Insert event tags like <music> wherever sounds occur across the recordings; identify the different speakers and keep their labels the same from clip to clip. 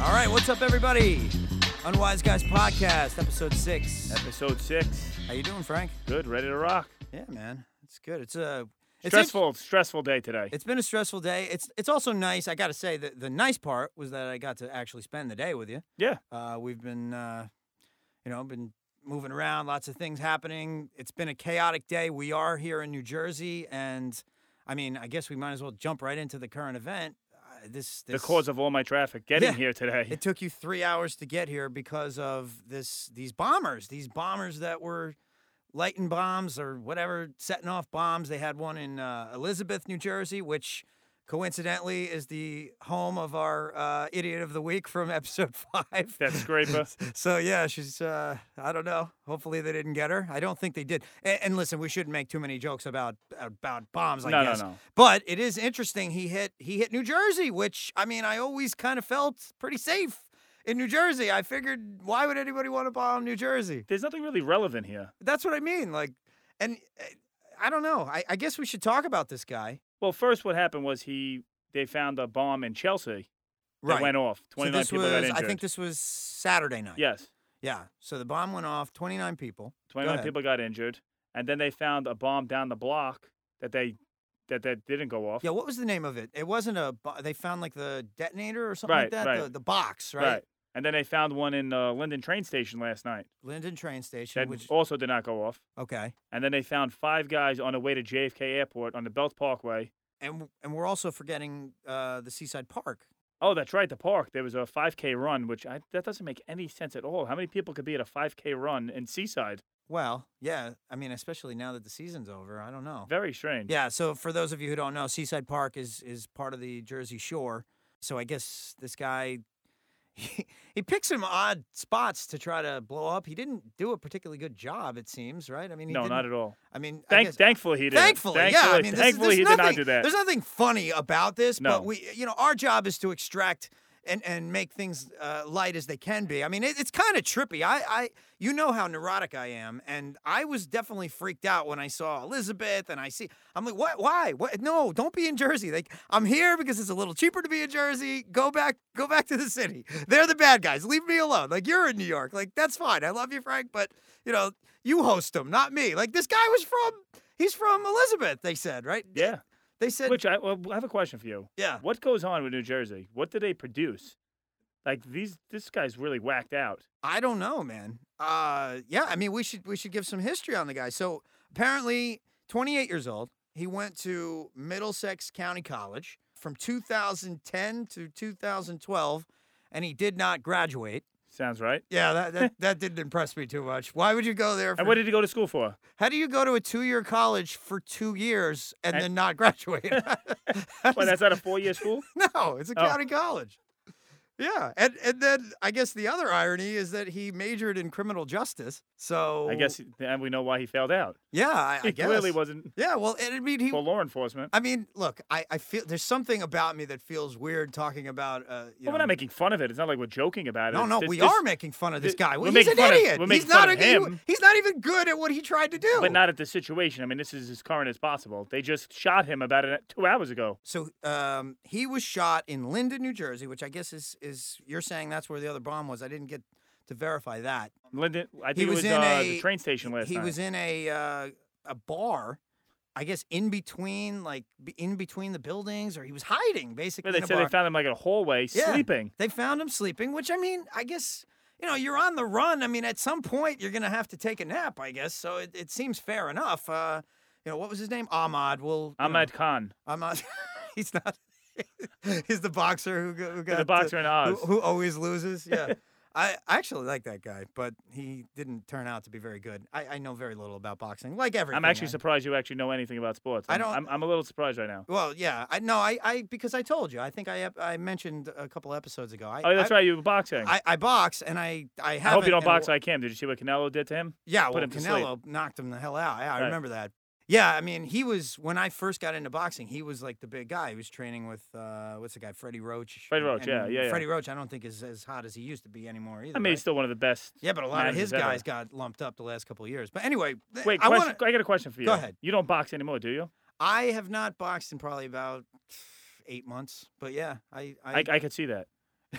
Speaker 1: All right, what's up, everybody? Unwise Guys Podcast, episode six.
Speaker 2: Episode six.
Speaker 1: How you doing, Frank?
Speaker 2: Good. Ready to rock.
Speaker 1: Yeah, man, it's good. It's a it's
Speaker 2: Stressful. stressful day today.
Speaker 1: it's been a stressful day. It's it's also nice. I got to say that the nice part was that I got to actually spend the day with you.
Speaker 2: yeah.
Speaker 1: Uh, we've been, uh, you know, been moving around, lots of things happening. It's been a chaotic day. We are here in New Jersey, and I mean, I guess we might as well jump right into the current event. Uh, this,
Speaker 2: The
Speaker 1: this
Speaker 2: cause of all my traffic getting
Speaker 1: Yeah.
Speaker 2: here today. <laughs>
Speaker 1: It took you three hours to get here because of this these bombers, these bombers that were lighting bombs or whatever, setting off bombs. They had one in uh, Elizabeth, New Jersey, which coincidentally is the home of our uh, idiot of the week from <laughs> episode five. <laughs>
Speaker 2: that scraper.
Speaker 1: So yeah, she's uh I don't know. Hopefully they didn't get her. I don't think they did. And, and listen, we shouldn't make too many jokes about about bombs, I
Speaker 2: No, no,
Speaker 1: guess.
Speaker 2: no.
Speaker 1: But it is interesting he hit he hit New Jersey, which I mean, I always kind of felt pretty safe in New Jersey. I figured why would anybody want to bomb New Jersey?
Speaker 2: There's nothing really relevant here.
Speaker 1: That's what I mean. Like and uh, I don't know. I, I guess we should talk about this guy.
Speaker 2: Well, first, what happened was he they found a bomb in Chelsea that went off.
Speaker 1: So
Speaker 2: 29
Speaker 1: this
Speaker 2: people
Speaker 1: was
Speaker 2: got injured.
Speaker 1: I think this was Saturday night.
Speaker 2: yes.
Speaker 1: Yeah. So the bomb went off, 29 people.
Speaker 2: 29
Speaker 1: ahead.
Speaker 2: people got injured, and then they found a bomb down the block that they that that didn't go off.
Speaker 1: Yeah, what was the name of it? It wasn't a. Bo- they found like the detonator or something like
Speaker 2: Right,
Speaker 1: that.
Speaker 2: right.
Speaker 1: The, the box, right?
Speaker 2: And then they found one in uh, Linden train station last night
Speaker 1: Linden train station.
Speaker 2: that
Speaker 1: which
Speaker 2: also did not go off.
Speaker 1: okay,
Speaker 2: And then they found five guys on the way to JFK Airport on the Belt Parkway
Speaker 1: and and we're also forgetting uh, the Seaside Park.
Speaker 2: Oh, that's right, the park. There was a 5K run, which I, that doesn't make any sense at all. How many people could be at a 5K run in Seaside?
Speaker 1: Well, yeah, I mean, especially now that the season's over, I don't know.
Speaker 2: Very strange.
Speaker 1: Yeah, so for those of you who don't know, Seaside Park is is part of the Jersey Shore. So I guess this guy. <laughs> He, he picked some odd spots to try to blow up. He didn't do a particularly good job, it seems, right? I mean, he
Speaker 2: no,
Speaker 1: didn't,
Speaker 2: not at all.
Speaker 1: I mean, I
Speaker 2: Thank,
Speaker 1: guess,
Speaker 2: thankfully he did.
Speaker 1: Thankfully, yeah. I mean, this is-
Speaker 2: thankfully
Speaker 1: there's
Speaker 2: he did
Speaker 1: nothing,
Speaker 2: not do that.
Speaker 1: There's nothing funny about this,
Speaker 2: No.
Speaker 1: but we, you know, our job is to extract and and make things uh, light as they can be. I mean, it, it's kind of trippy. I, I, you know how neurotic I am, and I was definitely freaked out when I saw Elizabeth, and I see, I'm like, what? Why? What? No, don't be in Jersey. Like, I'm here because it's a little cheaper to be in Jersey. Go back, go back to the city. They're the bad guys. Leave me alone. Like, you're in New York. Like, that's fine. I love you, Frank, but you know, you host them, not me. Like, this guy was from. He's from Elizabeth, they said, right? <laughs>
Speaker 2: Yeah.
Speaker 1: They said,
Speaker 2: Which I, well, I have a question for you.
Speaker 1: yeah.
Speaker 2: What goes on with New Jersey? What do they produce? Like these, this guy's really whacked out.
Speaker 1: I don't know, man. Uh, yeah, I mean, we should we should give some history on the guy. So apparently, 28 years old, he went to Middlesex County College from 2010 to 2012, and he did not graduate.
Speaker 2: Sounds right.
Speaker 1: Yeah, that <laughs> that, that didn't impress me too much. Why would you go there? For,
Speaker 2: And what did he go to school for?
Speaker 1: how do you go to a two-year college for two years and,
Speaker 2: And-
Speaker 1: then not <laughs> graduate?
Speaker 2: Well, that's not a four-year school.
Speaker 1: No, it's a
Speaker 2: Oh.
Speaker 1: county college. Yeah, and and then I guess the other irony is that he majored in criminal justice. So <laughs>
Speaker 2: I guess, and we know why he failed out.
Speaker 1: Yeah, I, I
Speaker 2: He
Speaker 1: guess.
Speaker 2: clearly wasn't
Speaker 1: Yeah, well, and I mean, he.
Speaker 2: for law enforcement.
Speaker 1: I mean, look, I, I feel there's something about me that feels weird talking about. Uh, you
Speaker 2: Well, we're
Speaker 1: know,
Speaker 2: not making fun of it. It's not like we're joking about it.
Speaker 1: no, no,
Speaker 2: This-
Speaker 1: we
Speaker 2: this-
Speaker 1: are making fun of this
Speaker 2: thi-
Speaker 1: guy.
Speaker 2: we're
Speaker 1: Well, he's
Speaker 2: making
Speaker 1: an
Speaker 2: fun of-
Speaker 1: idiot.
Speaker 2: we're
Speaker 1: he's
Speaker 2: making
Speaker 1: not
Speaker 2: fun of
Speaker 1: a- he-
Speaker 2: him.
Speaker 1: he's not even good at what he tried to do.
Speaker 2: but not at the situation. I mean, this is as current as possible. They just shot him about an, two hours ago.
Speaker 1: So um, he was shot in Linden, New Jersey, which I guess is is you're saying that's where the other bomb was. I didn't get to verify that.
Speaker 2: Lyndon, I think
Speaker 1: He
Speaker 2: it
Speaker 1: was
Speaker 2: was
Speaker 1: in
Speaker 2: uh,
Speaker 1: a-
Speaker 2: the train station last
Speaker 1: he
Speaker 2: night.
Speaker 1: was in a uh, a bar, I guess in between like b- in between the buildings, or he was hiding basically.
Speaker 2: Yeah, they
Speaker 1: in a
Speaker 2: said
Speaker 1: bar.
Speaker 2: they found him like in a hallway
Speaker 1: Yeah.
Speaker 2: sleeping.
Speaker 1: They found him sleeping, which I mean, I guess you know you're on the run. I mean, at some point you're gonna have to take a nap, I guess. So it, it seems fair enough. Uh, you know what was his name? Ahmad. Well, you know,
Speaker 2: Ahmad Khan,
Speaker 1: Ahmad. <laughs> he's not. he's the boxer who, go- who got
Speaker 2: the
Speaker 1: uh,
Speaker 2: boxer in
Speaker 1: who,
Speaker 2: Oz.
Speaker 1: who always loses.
Speaker 2: <laughs>
Speaker 1: Yeah. I I actually like that guy, but he didn't turn out to be very good. I, I know very little about boxing, like everything.
Speaker 2: I'm actually
Speaker 1: I-
Speaker 2: surprised you actually know anything about sports.
Speaker 1: I
Speaker 2: I'm,
Speaker 1: don't-
Speaker 2: I'm, I'm a little surprised right now.
Speaker 1: Well, yeah, I no, I, I because I told you. I think I ep- I mentioned a couple episodes ago. I,
Speaker 2: Oh, that's
Speaker 1: I,
Speaker 2: right. You were boxing.
Speaker 1: I, I box and I I
Speaker 2: I
Speaker 1: have.
Speaker 2: hope you don't box like him. Did you see what Canelo did to him?
Speaker 1: Yeah,
Speaker 2: Put
Speaker 1: well,
Speaker 2: him to sleep.
Speaker 1: Canelo knocked him the hell out. Yeah, I
Speaker 2: Right.
Speaker 1: remember that. Yeah, I mean, he was when I first got into boxing, he was like the big guy. He was training with uh, what's the guy, Freddie Roach.
Speaker 2: Freddie
Speaker 1: and-
Speaker 2: Roach, yeah,
Speaker 1: and
Speaker 2: yeah, yeah.
Speaker 1: Freddie Roach, I don't think is as hot as he used to be anymore either.
Speaker 2: I mean,
Speaker 1: right?
Speaker 2: he's still one of the best.
Speaker 1: yeah, but a lot of his
Speaker 2: managers ever.
Speaker 1: guys got lumped up the last couple of years. But anyway, th-
Speaker 2: Wait,
Speaker 1: I
Speaker 2: question,
Speaker 1: wanna-
Speaker 2: I got a question for you.
Speaker 1: ahead.
Speaker 2: You don't box anymore, do you?
Speaker 1: I have not boxed in probably about eight months, but yeah, I, I,
Speaker 2: I, I could see that. <laughs>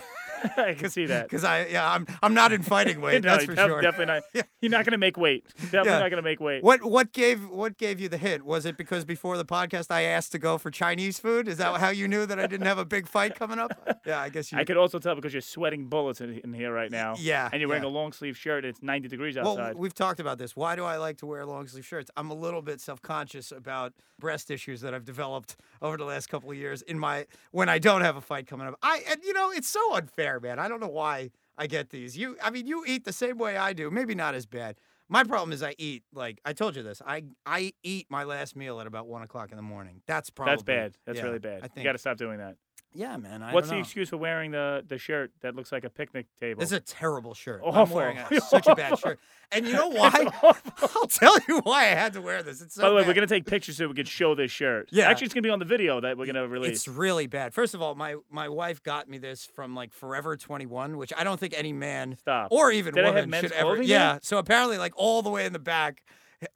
Speaker 1: <laughs>
Speaker 2: I can see that.
Speaker 1: Because I, yeah, I'm, I'm not in
Speaker 2: <laughs>
Speaker 1: fighting weight.
Speaker 2: No,
Speaker 1: that's
Speaker 2: you
Speaker 1: for
Speaker 2: def-
Speaker 1: sure.
Speaker 2: Definitely not.
Speaker 1: <laughs> Yeah.
Speaker 2: You're not gonna make weight. Definitely
Speaker 1: Yeah.
Speaker 2: not gonna make weight.
Speaker 1: What, what gave, what gave you the hit? Was it because before the podcast I asked to go for Chinese food? Is that how you knew that I didn't have a big fight coming
Speaker 2: <laughs>
Speaker 1: up? Yeah, I guess you.
Speaker 2: I could also tell because you're sweating bullets in, in here right now.
Speaker 1: yeah,
Speaker 2: And you're wearing
Speaker 1: yeah.
Speaker 2: a long sleeve shirt. And it's 90 degrees
Speaker 1: Well,
Speaker 2: outside.
Speaker 1: we've talked about this. Why do I like to wear long sleeve shirts? I'm a little bit self conscious about breast issues that I've developed over the last couple of years in my when I don't have a fight coming up. I and you know it's so unfair, man. I don't know why I get these. You, I mean, you eat the same way I do. Maybe not as bad. My problem is I eat like I told you this. I I eat my last meal at about one o'clock in the morning. That's probably
Speaker 2: That's bad. That's
Speaker 1: yeah,
Speaker 2: really bad.
Speaker 1: I think.
Speaker 2: You got to stop doing that.
Speaker 1: yeah, man. I
Speaker 2: What's
Speaker 1: don't
Speaker 2: the
Speaker 1: know.
Speaker 2: excuse for wearing the, the shirt that looks like a picnic table?
Speaker 1: This is a terrible shirt.
Speaker 2: <laughs>
Speaker 1: I'm
Speaker 2: Oh, Awful.
Speaker 1: wearing a, such a bad
Speaker 2: Awful.
Speaker 1: shirt. And
Speaker 2: <laughs>
Speaker 1: you know why? <laughs> I'll tell you why I had to wear this. It's so
Speaker 2: By the way,
Speaker 1: bad.
Speaker 2: we're gonna take pictures so we can show this shirt.
Speaker 1: Yeah.
Speaker 2: Actually, it's gonna be on the video that we're gonna release.
Speaker 1: It's really bad. First of all, my my wife got me this from like Forever 21, which I don't think any man
Speaker 2: Stop.
Speaker 1: or even
Speaker 2: Did I have
Speaker 1: woman
Speaker 2: men's
Speaker 1: should ever.
Speaker 2: clothing
Speaker 1: Yeah.
Speaker 2: there?
Speaker 1: So apparently, like all the way in the back,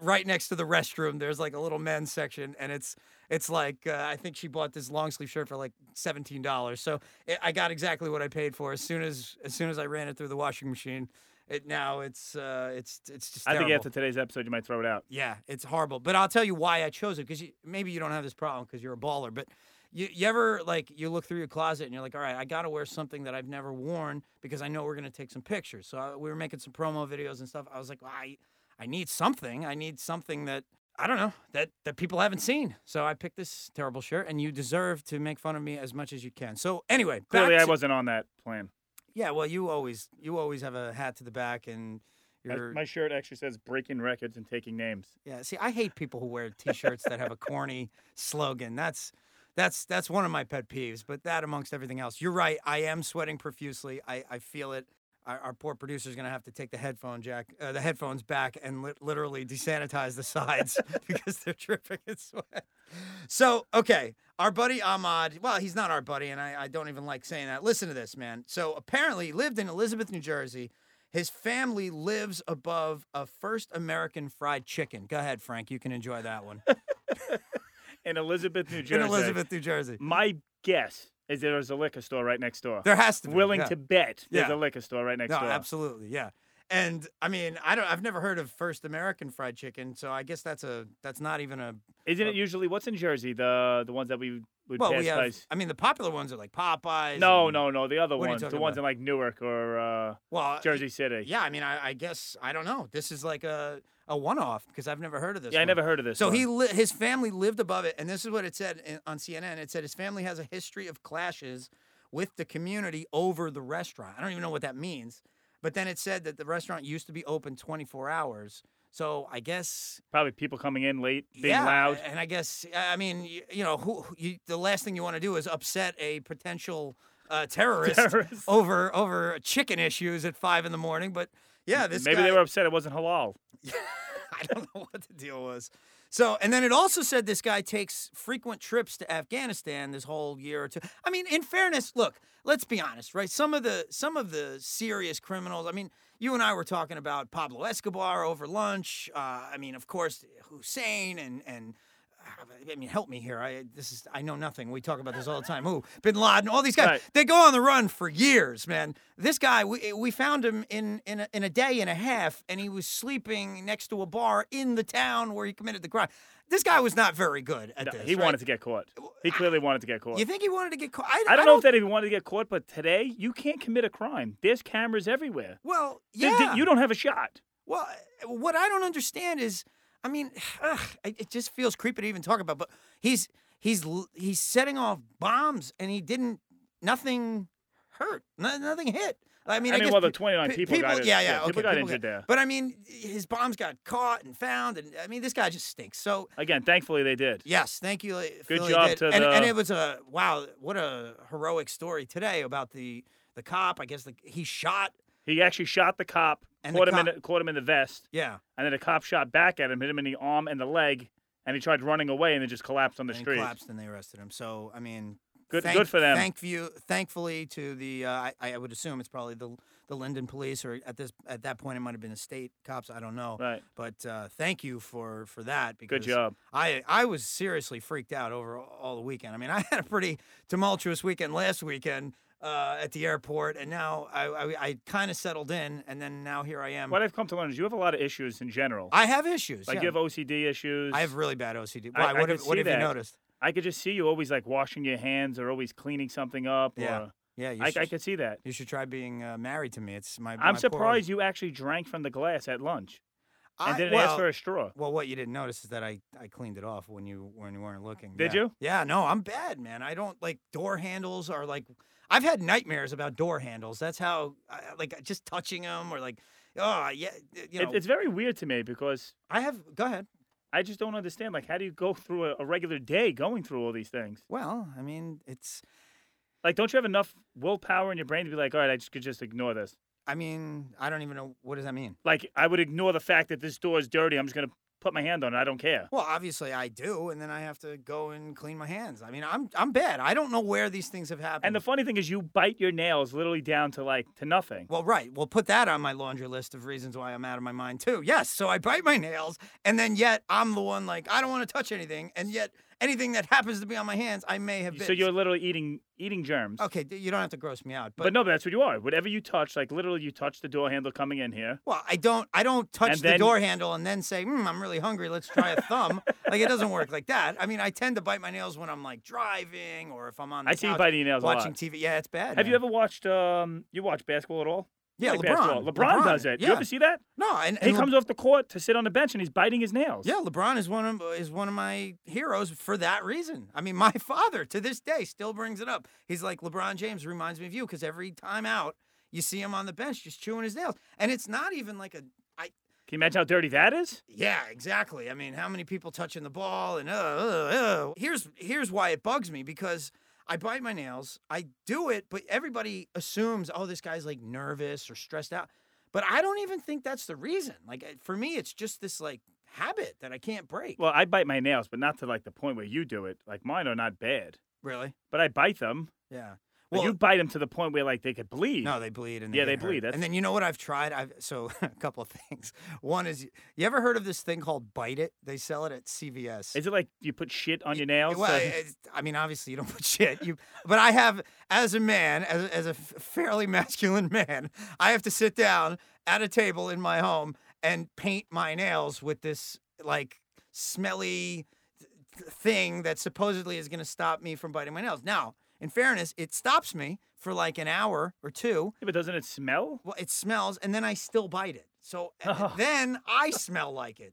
Speaker 1: right next to the restroom, there's like a little men's section, and it's it's like uh, I think she bought this long sleeve shirt for like seventeen dollars. So eh, i I got exactly what I paid for. As soon as as soon as I ran it through the washing machine, it now it's uh, it's it's just.
Speaker 2: I think
Speaker 1: terrible.
Speaker 2: after today's episode, you might throw it out.
Speaker 1: Yeah, it's horrible. But I'll tell you why I chose it because maybe you don't have this problem because you're a baller. But you, you ever like you look through your closet and you're like, all right, I gotta wear something that I've never worn because I know we're gonna take some pictures. So I, we were making some promo videos and stuff. I was like, well, I I need something. I need something that I don't know that that people haven't seen. So I picked this terrible shirt, and you deserve to make fun of me as much as you can. So anyway, back
Speaker 2: Clearly, I
Speaker 1: to-
Speaker 2: wasn't on that plan.
Speaker 1: Yeah, well, you always you always have a hat to the back and.
Speaker 2: I-
Speaker 1: You're,
Speaker 2: my shirt actually says "Breaking Records and Taking Names."
Speaker 1: Yeah. See, I hate people who wear T-shirts that have a corny slogan. That's that's that's one of my pet peeves. But that, amongst everything else, you're right. I am sweating profusely. I I feel it. Our, our poor producer's gonna have to take the headphone jack, uh, the headphones back, and lit literally desanitize the sides <laughs> because they're dripping in sweat. So okay, our buddy Ahmad. Well, he's not our buddy, and I, I don't even like saying that. Listen to this, man. So apparently, he lived in Elizabeth, New Jersey. His family lives above a first American fried chicken. Go ahead, Frank. You can enjoy that
Speaker 2: <laughs>
Speaker 1: one.
Speaker 2: In Elizabeth, New Jersey.
Speaker 1: in Elizabeth, New Jersey.
Speaker 2: My guess is there is a liquor store right next door.
Speaker 1: There has to be.
Speaker 2: Willing
Speaker 1: yeah.
Speaker 2: to bet there's
Speaker 1: Yeah.
Speaker 2: a liquor store right next
Speaker 1: No,
Speaker 2: door.
Speaker 1: absolutely. Yeah. And I mean, I don't I've never heard of first American fried chicken, so I guess that's a that's not even a
Speaker 2: Isn't it usually what's in Jersey? The the ones that we
Speaker 1: uh,
Speaker 2: would
Speaker 1: well,
Speaker 2: pass
Speaker 1: we have
Speaker 2: by.
Speaker 1: I mean the popular ones are like Popeyes.
Speaker 2: No,
Speaker 1: and-
Speaker 2: no, no. The other
Speaker 1: What are you
Speaker 2: ones, the
Speaker 1: talking
Speaker 2: ones
Speaker 1: about?
Speaker 2: in like Newark or uh,
Speaker 1: Well,
Speaker 2: Jersey City.
Speaker 1: yeah, I mean I, I guess I don't know. This is like a a one-off because I've never heard of this.
Speaker 2: Yeah, I
Speaker 1: one.
Speaker 2: never heard of this.
Speaker 1: So
Speaker 2: one.
Speaker 1: he li- his family lived above it, and this is what it said in, on CNN. It said his family has a history of clashes with the community over the restaurant. I don't even know what that means, but then it said that the restaurant used to be open 24 hours. So I guess
Speaker 2: probably people coming in late, being
Speaker 1: yeah, eh,
Speaker 2: <laughs> loud.
Speaker 1: and I guess I I mean you, you know who who- you, the last thing you want to do is upset a potential uh,
Speaker 2: <laughs>
Speaker 1: terrorist,
Speaker 2: Terrorists.
Speaker 1: over over chicken issues at five in the morning. But yeah, this
Speaker 2: Maybe
Speaker 1: guy,
Speaker 2: they were upset it wasn't halal.
Speaker 1: <laughs> I don't know what the deal was. So, and then it also said this guy takes frequent trips to Afghanistan this whole year or two. I mean, in fairness, look, let's be honest, right? Some of the some of the serious criminals. I mean, you and I were talking about Pablo Escobar over lunch. Uh, I mean, of course, Hussein and and. Ah, I mean, help me here. I this is I know nothing. We talk about this all the time. Who Bin Laden, all these guys.
Speaker 2: Right.
Speaker 1: They go on the run for years, man. This guy, we, we found him in in a, in a day and a half, and he was sleeping next to a bar in the town where he committed the crime. This guy was not very good at
Speaker 2: No,
Speaker 1: this.
Speaker 2: he
Speaker 1: right?
Speaker 2: wanted to get caught. He clearly wanted to get caught.
Speaker 1: You think he wanted to get caught? I,
Speaker 2: I don't know if that even wanted to get caught, but today you can't commit a crime. There's cameras everywhere.
Speaker 1: Well,
Speaker 2: Th-
Speaker 1: yeah.
Speaker 2: th- You don't have a shot.
Speaker 1: Well, eh, what I don't understand is, I mean, <sighs> ugh, I- it just feels creepy to even talk about. But he's he's l- he's setting off bombs, and he didn't. Nothing hurt. No, nothing hit. I mean,
Speaker 2: I
Speaker 1: I,
Speaker 2: mean,
Speaker 1: guess
Speaker 2: well, the
Speaker 1: pe-
Speaker 2: 29
Speaker 1: pe-
Speaker 2: people got it-
Speaker 1: yeah, yeah,
Speaker 2: yeah,
Speaker 1: okay,
Speaker 2: people got injured there.
Speaker 1: But I mean, his bombs got caught and found, and I mean, this guy just stinks. So
Speaker 2: Again, thankfully they did.
Speaker 1: yes, thank you. Good
Speaker 2: job to
Speaker 1: and, and
Speaker 2: the-
Speaker 1: it was a wow, what a heroic story today about the the cop. I guess the, he shot.
Speaker 2: He actually shot the cop,
Speaker 1: And the
Speaker 2: caught him in
Speaker 1: cop-
Speaker 2: the, caught him in the vest,
Speaker 1: Yeah.
Speaker 2: and then the cop shot back at him, hit him in the arm and the leg, and he tried running away and then just collapsed on the
Speaker 1: and he
Speaker 2: street.
Speaker 1: collapsed and they arrested him. So I mean,
Speaker 2: Good-
Speaker 1: thank-
Speaker 2: good for them.
Speaker 1: Thank you, thankfully to the uh, I, I would assume it's probably the the Linden police or at this at that point it might have been the state cops. I don't know,
Speaker 2: Right.
Speaker 1: but uh, thank you for for that because
Speaker 2: Good job.
Speaker 1: I I was <laughs> seriously freaked out over all the weekend. I mean, I had a pretty tumultuous weekend last weekend. uh, at the airport, and now I I, I kind of settled in, and then now here I am.
Speaker 2: What I've come to learn is you have a lot of issues in general.
Speaker 1: um, I have issues.
Speaker 2: like
Speaker 1: yeah.
Speaker 2: you have OCD issues.
Speaker 1: I have really bad OCD.
Speaker 2: I-
Speaker 1: Why?
Speaker 2: I
Speaker 1: what
Speaker 2: could
Speaker 1: have, what
Speaker 2: see
Speaker 1: have you
Speaker 2: that.
Speaker 1: noticed?
Speaker 2: I could just see you always like washing your hands or always cleaning something up.
Speaker 1: Yeah,
Speaker 2: Or,
Speaker 1: Yeah, you
Speaker 2: I,
Speaker 1: should,
Speaker 2: I could see that.
Speaker 1: you should try being uh, married to me. It's my. my
Speaker 2: I'm
Speaker 1: poor-
Speaker 2: surprised you actually drank from the glass at lunch and
Speaker 1: I,
Speaker 2: didn't
Speaker 1: well,
Speaker 2: ask for a straw.
Speaker 1: Well, what you didn't notice is that I, I cleaned it off when you when you weren't looking.
Speaker 2: Did
Speaker 1: yeah.
Speaker 2: you?
Speaker 1: Yeah, no, I'm bad, man. I don't like door handles or like I've had nightmares about door handles. That's how I- like just touching them or like oh yeah, you know.
Speaker 2: It, it's very weird to me because
Speaker 1: I have go ahead.
Speaker 2: I just don't understand. Like, how do you go <laughs> through a, a regular day going through all these things?
Speaker 1: Well, I mean, it's
Speaker 2: Like, don't you have enough willpower in your brain to be like, all right, I just could just ignore this?
Speaker 1: I mean, I don't even know what does that mean.
Speaker 2: Like, I would ignore the fact that this door is dirty. I'm just gonna put my hand on it. I don't care.
Speaker 1: Well, obviously I do, and then I have to go and clean my hands. I mean, I'm I'm bad. I don't know where these things have happened.
Speaker 2: And the funny thing is, you bite your nails literally down to like to nothing.
Speaker 1: Well, right. Well, put that on my laundry list of reasons why I'm out of my mind too. Yes, so I bite my nails, and then yet I'm the one like I don't want to touch anything, and yet anything that happens to be on my hands, I may have been.
Speaker 2: So you're literally eating eating germs.
Speaker 1: okay. d- You don't have to gross me out,
Speaker 2: But,
Speaker 1: but,
Speaker 2: no, but that's what you are. Whatever you touch, like literally, you touch the door handle coming in here.
Speaker 1: well, I don't. I don't touch
Speaker 2: And
Speaker 1: the
Speaker 2: then-
Speaker 1: door handle and then say, "Hmm, I'm really hungry. Let's try a thumb." like it doesn't work like that. I mean, I tend to bite my nails when I'm like driving or if I'm on. The
Speaker 2: I see you
Speaker 1: couch
Speaker 2: biting your nails a
Speaker 1: Mm, watching
Speaker 2: lot.
Speaker 1: TV. Yeah, it's bad.
Speaker 2: Have you
Speaker 1: man.
Speaker 2: ever watched? Um, you watch basketball at all?
Speaker 1: Yeah,
Speaker 2: Like
Speaker 1: LeBron.
Speaker 2: basketball. LeBron, does it.
Speaker 1: Yeah.
Speaker 2: You ever see that?
Speaker 1: no, and,
Speaker 2: He
Speaker 1: and Le-
Speaker 2: comes off the court to sit on the bench and he's biting his nails.
Speaker 1: Yeah, LeBron is one of is one of my heroes for that reason. I mean, <laughs> my father to this day still brings it up. He's like LeBron James reminds me of you because every time out you see him on the bench just chewing his nails, and it's not even like a
Speaker 2: Can you imagine how dirty that is?
Speaker 1: yeah, exactly. I mean, how many people touching the ball and uh, uh, uh. here's here's why it bugs me because I bite my nails. I do it, but everybody assumes, oh, this guy's like nervous or stressed out. But I don't even think that's the reason. Like uh, for me, it's just this like habit that I can't break.
Speaker 2: Well, I bite my nails, but not to like the point where you do it. Like mine are not bad,
Speaker 1: really?
Speaker 2: but I bite them.
Speaker 1: Yeah.
Speaker 2: Well, you bite them to the point where like they could bleed.
Speaker 1: No, they bleed and they
Speaker 2: Yeah, they
Speaker 1: get hurt.
Speaker 2: bleed. That's-
Speaker 1: And then you know what I've tried? I've <laughs> so a couple of things. One is you ever heard of this thing called Bite It? They sell it at CVS.
Speaker 2: Is it like you put shit on your nails?
Speaker 1: well,
Speaker 2: to-
Speaker 1: it's- I mean, obviously you don't <laughs> put shit. You, but I have, as a man, as, as a f- fairly <laughs> masculine man, I have to sit down at a table in my home and paint my nails with this like smelly th- thing that supposedly is going to stop me from biting my nails. Now, in fairness, it stops me for like an hour or two,
Speaker 2: Yeah, but doesn't it smell?
Speaker 1: well, it smells, and then I still bite it.
Speaker 2: <laughs>
Speaker 1: So and
Speaker 2: Oh.
Speaker 1: then I smell like it.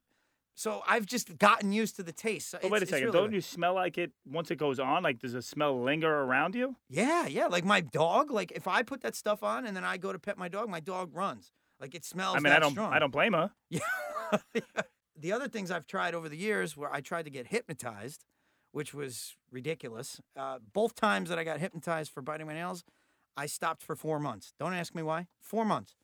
Speaker 1: So I've just gotten used to the taste. So
Speaker 2: But wait a
Speaker 1: it's- it's
Speaker 2: second,
Speaker 1: really
Speaker 2: don't
Speaker 1: weird.
Speaker 2: you smell like it once it goes on? Like does the smell linger around you?
Speaker 1: Yeah, yeah. Like my dog. Like if I put that stuff on and then I go to pet my dog, my dog runs. Like it smells.
Speaker 2: I mean,
Speaker 1: Oh, that
Speaker 2: I don't,
Speaker 1: Strong.
Speaker 2: I don't blame her.
Speaker 1: Yeah. the other things I've tried over the years where I tried to get hypnotized, which was ridiculous. Uh, both times that I got hypnotized for biting my nails, I stopped for four months. Don't ask me why. Four months.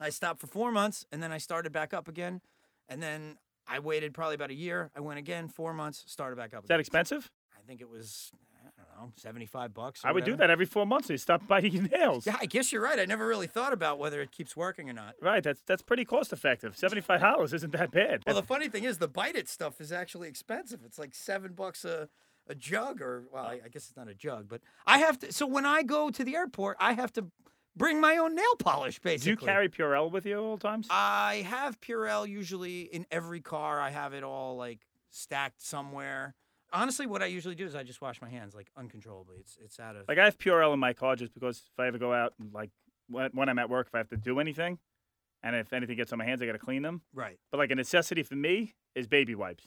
Speaker 1: I stopped for four months and then I started back up again. And then I waited probably about a year. I went again, four months, started back up
Speaker 2: Is that
Speaker 1: again.
Speaker 2: expensive?
Speaker 1: I think it was, I don't know, 75 bucks. or
Speaker 2: I would do
Speaker 1: whatever.
Speaker 2: that every four months. They stop <laughs> biting your nails.
Speaker 1: Yeah, I guess you're right. I never really thought about whether it keeps working or not.
Speaker 2: Right. That's that's pretty cost effective. Seventy five dollars isn't that bad.
Speaker 1: Well, the funny thing is, the bite it stuff is actually expensive. It's like seven bucks a, a jug, or well, I, I guess it's not a jug, but I have to. So when I go to the airport, I have to bring my own nail polish.
Speaker 2: do
Speaker 1: Basically,
Speaker 2: you carry Purell with you at all times?
Speaker 1: I have Purell usually in every car. I have it all like stacked somewhere. Honestly, what I usually do is I just wash my hands like uncontrollably. It's it's out of
Speaker 2: Like I have Purell in my car just because if I ever go out, and like when when I'm at work, if I have to do anything, and if anything gets on my hands, I gotta clean them.
Speaker 1: right.
Speaker 2: But like a necessity for me is
Speaker 1: <laughs>
Speaker 2: baby wipes.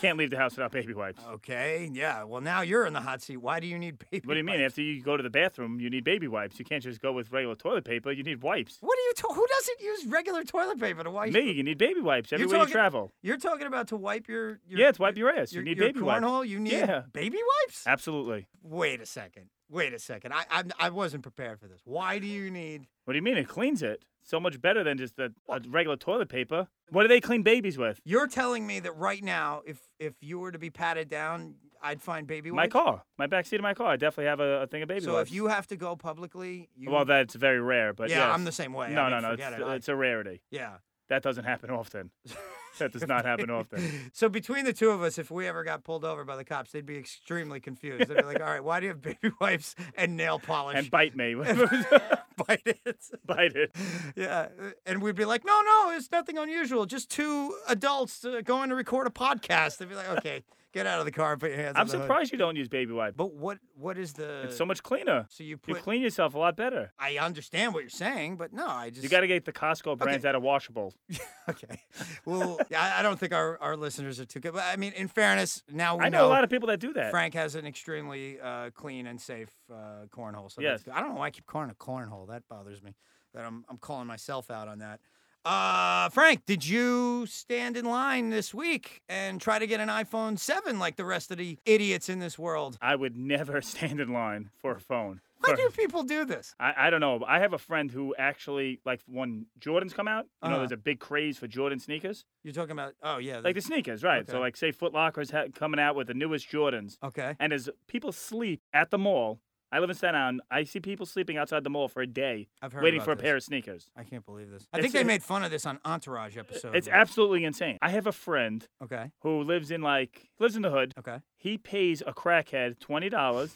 Speaker 2: Can't leave the house without baby wipes.
Speaker 1: Oh, Okay, yeah. Well, now you're in the hot seat. Why do you need paper?
Speaker 2: What do you mean?
Speaker 1: wipes?
Speaker 2: After you go to the bathroom, you need baby wipes. You can't just go with regular toilet paper. You need wipes.
Speaker 1: What are you? Ta- who doesn't use regular toilet paper to wipe?
Speaker 2: Me, you need baby wipes everywhere
Speaker 1: talking-
Speaker 2: you travel.
Speaker 1: You're talking about to wipe your. your
Speaker 2: yeah, it's wipe your ass.
Speaker 1: your-
Speaker 2: you need
Speaker 1: your
Speaker 2: baby wipes.
Speaker 1: cornhole, You need
Speaker 2: Yeah.
Speaker 1: baby wipes.
Speaker 2: Absolutely.
Speaker 1: Wait a second. Wait a second. I I'm, I wasn't prepared for this. Why do you need?
Speaker 2: What do you mean? It cleans it so much better than just the a regular toilet paper. What do they clean babies with?
Speaker 1: You're telling me that right now, if if you were to be patted down, I'd find baby
Speaker 2: My
Speaker 1: wipes.
Speaker 2: car, my back seat of my car. I definitely have a, a thing of baby
Speaker 1: So
Speaker 2: wipes.
Speaker 1: if you have to go publicly, you.
Speaker 2: well, that's very rare, but
Speaker 1: yeah,
Speaker 2: yes.
Speaker 1: I'm the same way. I
Speaker 2: no,
Speaker 1: mean,
Speaker 2: no, no,
Speaker 1: forget
Speaker 2: it's,
Speaker 1: it. I-
Speaker 2: it's a rarity.
Speaker 1: yeah.
Speaker 2: That doesn't happen often.
Speaker 1: <laughs>
Speaker 2: That does not happen often.
Speaker 1: So between the two of us, if we ever got pulled over by the cops, they'd be extremely confused. They'd be like, "All right, why do you have baby <laughs> wipes and nail polish?"
Speaker 2: And
Speaker 1: <laughs>
Speaker 2: bite me.
Speaker 1: bite it.
Speaker 2: <laughs> bite it.
Speaker 1: Yeah, uh, and we'd be like, "No, no, it's nothing unusual. Just two adults uh, going to record a podcast." They'd be like, "Okay, get out of the car, and put your hands."
Speaker 2: I'm
Speaker 1: on the hood."
Speaker 2: surprised you don't use baby wipe.
Speaker 1: But what what is the?
Speaker 2: It's so much cleaner.
Speaker 1: so you
Speaker 2: You
Speaker 1: put.
Speaker 2: clean yourself a lot better.
Speaker 1: I understand what you're saying, but no, I just
Speaker 2: You got to get the Costco brands that are washable.
Speaker 1: <laughs> okay. Well, I, I don't think our, our listeners are too good, but I mean, in fairness, now we
Speaker 2: I know a lot of people that do that.
Speaker 1: Frank has an extremely uh, clean and safe uh, cornhole. So that's
Speaker 2: Yes.
Speaker 1: good. I don't know why I keep calling it a cornhole. That bothers me. That I'm I'm calling myself out on that. Uh, Frank, did you stand in line this week and try to get an iPhone 7 like the rest of the idiots in this world?
Speaker 2: I would never <laughs> stand in line for a phone.
Speaker 1: Why
Speaker 2: For-
Speaker 1: do people do this?
Speaker 2: <laughs> I, I don't know. I have a friend who actually, like, when Jordans come out, you
Speaker 1: Uh-huh.
Speaker 2: know, there's a big craze for Jordan sneakers.
Speaker 1: You're talking about, oh, yeah.
Speaker 2: Like
Speaker 1: the-
Speaker 2: the sneakers, right?
Speaker 1: Okay.
Speaker 2: So, like, say Foot Locker's ha- coming out with the newest Jordans.
Speaker 1: okay.
Speaker 2: And as people sleep at the mall, I live in Staten Island. I see people sleeping outside the mall for a day
Speaker 1: I've heard
Speaker 2: waiting
Speaker 1: about
Speaker 2: for a
Speaker 1: this.
Speaker 2: pair of sneakers.
Speaker 1: I can't believe this. I
Speaker 2: It's-
Speaker 1: think they
Speaker 2: it-
Speaker 1: made fun of this on Entourage episode.
Speaker 2: It's
Speaker 1: but-
Speaker 2: absolutely insane. I have a friend
Speaker 1: Okay. <laughs>
Speaker 2: who lives in like lives in the hood.
Speaker 1: Okay.
Speaker 2: He pays a crackhead
Speaker 1: <laughs>
Speaker 2: twenty dollars.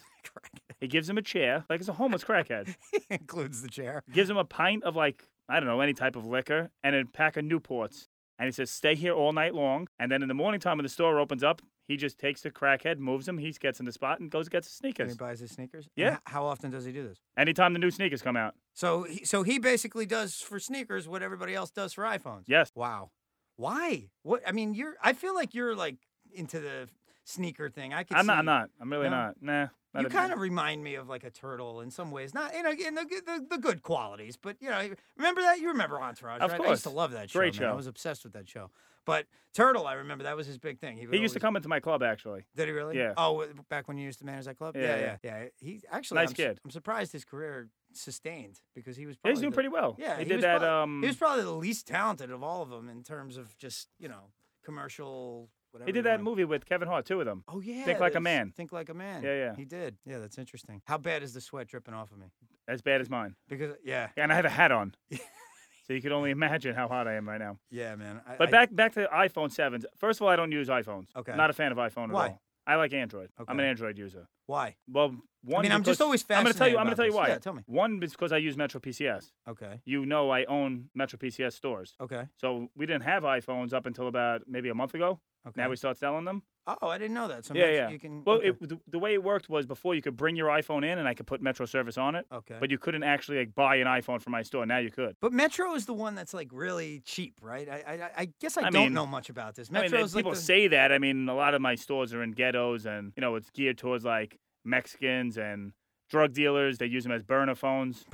Speaker 2: He gives him a chair, like it's a homeless crackhead.
Speaker 1: Includes the chair.
Speaker 2: gives him a pint of like I don't know any type of liquor and a pack of Newports, and he says stay here all night long. And then in the morning time when the store opens up, he just takes the crackhead, moves him, he gets in the spot, and goes and gets the
Speaker 1: And he
Speaker 2: sneakers.
Speaker 1: buys his sneakers. And
Speaker 2: Yeah.
Speaker 1: h- How often does he do this?
Speaker 2: Anytime the new sneakers come out,
Speaker 1: So, he, so he basically does for sneakers what everybody else does for iPhones.
Speaker 2: yes.
Speaker 1: Wow. Why? What? I mean, you're. I feel like you're like into the sneaker thing. I can.
Speaker 2: I'm not.
Speaker 1: see-
Speaker 2: I'm not. I'm really
Speaker 1: No.
Speaker 2: not. Nah. not
Speaker 1: You
Speaker 2: a-
Speaker 1: kind of remind me of like a turtle in some ways, not you know, in the, good- the the good qualities, but you know, remember that you remember Entourage,
Speaker 2: Of
Speaker 1: right? I used to
Speaker 2: course.
Speaker 1: love that show.
Speaker 2: Great
Speaker 1: man. I
Speaker 2: show.
Speaker 1: was obsessed with that show. But Turtle, I remember that was his big thing. would
Speaker 2: He used to
Speaker 1: always-
Speaker 2: come into my club actually.
Speaker 1: Did he really?
Speaker 2: Yeah.
Speaker 1: Oh, w- back when you used to manage that club.
Speaker 2: Yeah,
Speaker 1: yeah, yeah.
Speaker 2: yeah.
Speaker 1: yeah. He actually.
Speaker 2: Nice
Speaker 1: I'm, s-
Speaker 2: kid.
Speaker 1: I'm surprised his career sustained because he was.
Speaker 2: Yeah,
Speaker 1: Probably
Speaker 2: he's doing
Speaker 1: the-
Speaker 2: pretty well.
Speaker 1: Yeah,
Speaker 2: he,
Speaker 1: he was
Speaker 2: did that.
Speaker 1: probably-
Speaker 2: um,
Speaker 1: He was probably the least talented of all of them in terms of just you know commercial whatever.
Speaker 2: He
Speaker 1: you
Speaker 2: did that
Speaker 1: wanna-
Speaker 2: movie with Kevin Hart, two of them.
Speaker 1: Oh yeah.
Speaker 2: Like a
Speaker 1: there's
Speaker 2: Man.
Speaker 1: Think like a man.
Speaker 2: Yeah, yeah.
Speaker 1: He did. Yeah, that's interesting. How bad is the sweat dripping off of me?
Speaker 2: As bad as mine.
Speaker 1: Because yeah,
Speaker 2: And I have a
Speaker 1: <laughs>
Speaker 2: hat on. so you can only imagine how hot I am right now.
Speaker 1: yeah, man. I,
Speaker 2: But
Speaker 1: I-
Speaker 2: back back to iPhone 7s. First of all, I don't use iPhones.
Speaker 1: Okay.
Speaker 2: Not a fan of iPhone
Speaker 1: Why?
Speaker 2: at all. I like Android. I'm
Speaker 1: Okay.
Speaker 2: an Android user.
Speaker 1: why?
Speaker 2: Well, one
Speaker 1: I mean, I'm just
Speaker 2: because-
Speaker 1: always
Speaker 2: I'm
Speaker 1: fascinated.
Speaker 2: gonna tell you I'm gonna
Speaker 1: about
Speaker 2: tell you
Speaker 1: this.
Speaker 2: why.
Speaker 1: Yeah, tell me.
Speaker 2: One is because I use Metro PCS.
Speaker 1: Okay.
Speaker 2: You know I own Metro PCS stores.
Speaker 1: Okay. okay.
Speaker 2: So we didn't have iPhones up until about maybe a month ago. Now we start selling them.
Speaker 1: Oh, I didn't know that. So
Speaker 2: Yeah,
Speaker 1: much-
Speaker 2: yeah.
Speaker 1: You can.
Speaker 2: Well,
Speaker 1: okay.
Speaker 2: it, the, the way it worked was before you could bring your iPhone in and I could put Metro service on it,
Speaker 1: okay.
Speaker 2: but you couldn't actually like buy an iPhone from my store. Now you could.
Speaker 1: But Metro is the one that's like really cheap, right? I I, I guess I,
Speaker 2: I
Speaker 1: don't
Speaker 2: mean-
Speaker 1: know much about this.
Speaker 2: I mean,
Speaker 1: Metro's
Speaker 2: they- people
Speaker 1: like the,
Speaker 2: say that. I mean, a lot of my stores are in ghettos, and you know, it's geared towards like Mexicans and drug dealers. They use them as
Speaker 1: <laughs>
Speaker 2: burner phones.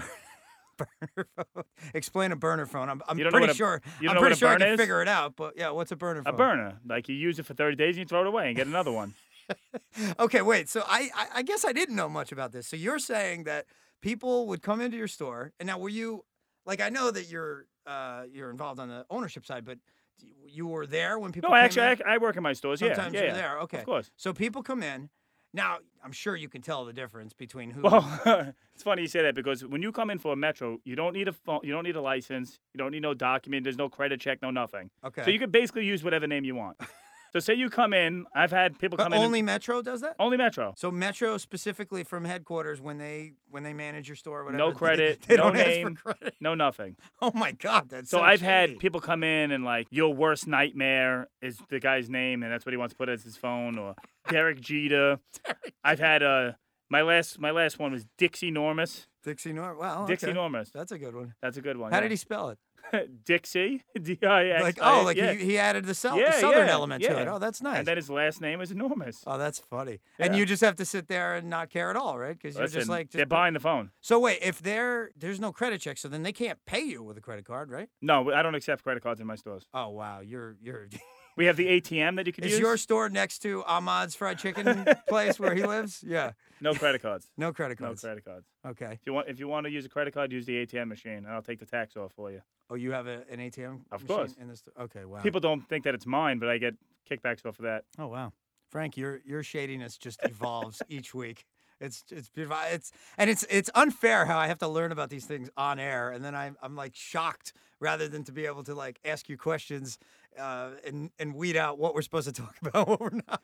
Speaker 1: burner phone. <laughs> Explain a burner phone. I'm, I'm
Speaker 2: You don't know
Speaker 1: pretty
Speaker 2: what a-
Speaker 1: sure.
Speaker 2: you
Speaker 1: I'm
Speaker 2: don't know what
Speaker 1: pretty
Speaker 2: a
Speaker 1: sure I
Speaker 2: burn
Speaker 1: can
Speaker 2: is?
Speaker 1: figure it out. But yeah, what's a burner
Speaker 2: A
Speaker 1: phone?
Speaker 2: burner, like you use it for 30 days and you throw it away and get another
Speaker 1: <laughs>
Speaker 2: one.
Speaker 1: Okay, wait. So I, I I guess I didn't know much about this. So you're saying that people would come into your store, and now were you like I know that you're uh you're involved on the ownership side, but d- you were there when people.
Speaker 2: no, I
Speaker 1: came
Speaker 2: actually,
Speaker 1: in?
Speaker 2: I, I work in my stores. Yeah,
Speaker 1: Sometimes
Speaker 2: yeah,
Speaker 1: you're
Speaker 2: yeah,
Speaker 1: there. Okay.
Speaker 2: Of course.
Speaker 1: So people come in. Now I'm sure you can tell the difference between who.
Speaker 2: Well, <laughs> it's funny you say that because when you come in for a Metro, you don't need a phone, you don't need a license, you don't need no document. There's no credit check, no nothing.
Speaker 1: okay.
Speaker 2: So you can basically use whatever name you want. so say you come in, I've had people
Speaker 1: but
Speaker 2: come in. and-
Speaker 1: only Metro does that.
Speaker 2: only Metro.
Speaker 1: So Metro specifically from headquarters when they when they manage your store, or whatever. <laughs>
Speaker 2: No
Speaker 1: they-
Speaker 2: credit,
Speaker 1: They,
Speaker 2: no
Speaker 1: don't
Speaker 2: name.
Speaker 1: ask for credit. <laughs>
Speaker 2: No nothing.
Speaker 1: Oh my God, that's
Speaker 2: So
Speaker 1: so
Speaker 2: I've had
Speaker 1: shady.
Speaker 2: people come in and like your worst nightmare is the guy's name and that's what he wants to put as his phone or Derek Jeter.
Speaker 1: <laughs>
Speaker 2: I've had uh my last my last one was Dixie Normus.
Speaker 1: Dixie Norm. Wow,
Speaker 2: Dixie
Speaker 1: Oh, okay.
Speaker 2: Normus.
Speaker 1: That's a good one.
Speaker 2: That's a good one.
Speaker 1: How did he spell it?
Speaker 2: he Dixie? <laughs> D I X.
Speaker 1: Like oh, like
Speaker 2: yeah.
Speaker 1: he, he added the, sou- the
Speaker 2: Yeah,
Speaker 1: southern
Speaker 2: yeah,
Speaker 1: element to it.
Speaker 2: yeah.
Speaker 1: Oh, that's nice.
Speaker 2: And then his last name is Normus.
Speaker 1: oh, that's funny. And
Speaker 2: Yeah.
Speaker 1: you just have to sit there and not care at all, right? Because you're
Speaker 2: Listen,
Speaker 1: just like just
Speaker 2: they're
Speaker 1: put-
Speaker 2: buying the phone.
Speaker 1: So wait, if they're there's no credit check, so then they can't pay you with a credit card, right?
Speaker 2: No, I don't accept credit cards in my stores.
Speaker 1: Oh wow, you're
Speaker 2: <laughs>
Speaker 1: you're.
Speaker 2: We have the ATM that you can
Speaker 1: Is
Speaker 2: use.
Speaker 1: your store next to Ahmad's fried
Speaker 2: <laughs>
Speaker 1: chicken place where he lives? Yeah.
Speaker 2: No credit cards.
Speaker 1: No <laughs> credit
Speaker 2: No
Speaker 1: cards.
Speaker 2: credit cards.
Speaker 1: Okay.
Speaker 2: If you want if you want to use a credit card, use the ATM machine and I'll take the tax off for you.
Speaker 1: Oh, you have a, an ATM.
Speaker 2: Of
Speaker 1: machine
Speaker 2: course.
Speaker 1: In this. Okay. Wow.
Speaker 2: People don't think that it's mine, but I get kickbacks off of that. <laughs>
Speaker 1: Oh wow, Frank, your your shadiness just evolves each week. It's it's beautiful. It's and it's it's unfair how I have to learn about these things on air, and then I'm I'm like shocked rather than to be able to like ask you questions uh, and and weed out what we're supposed to talk <laughs> about, what we're not.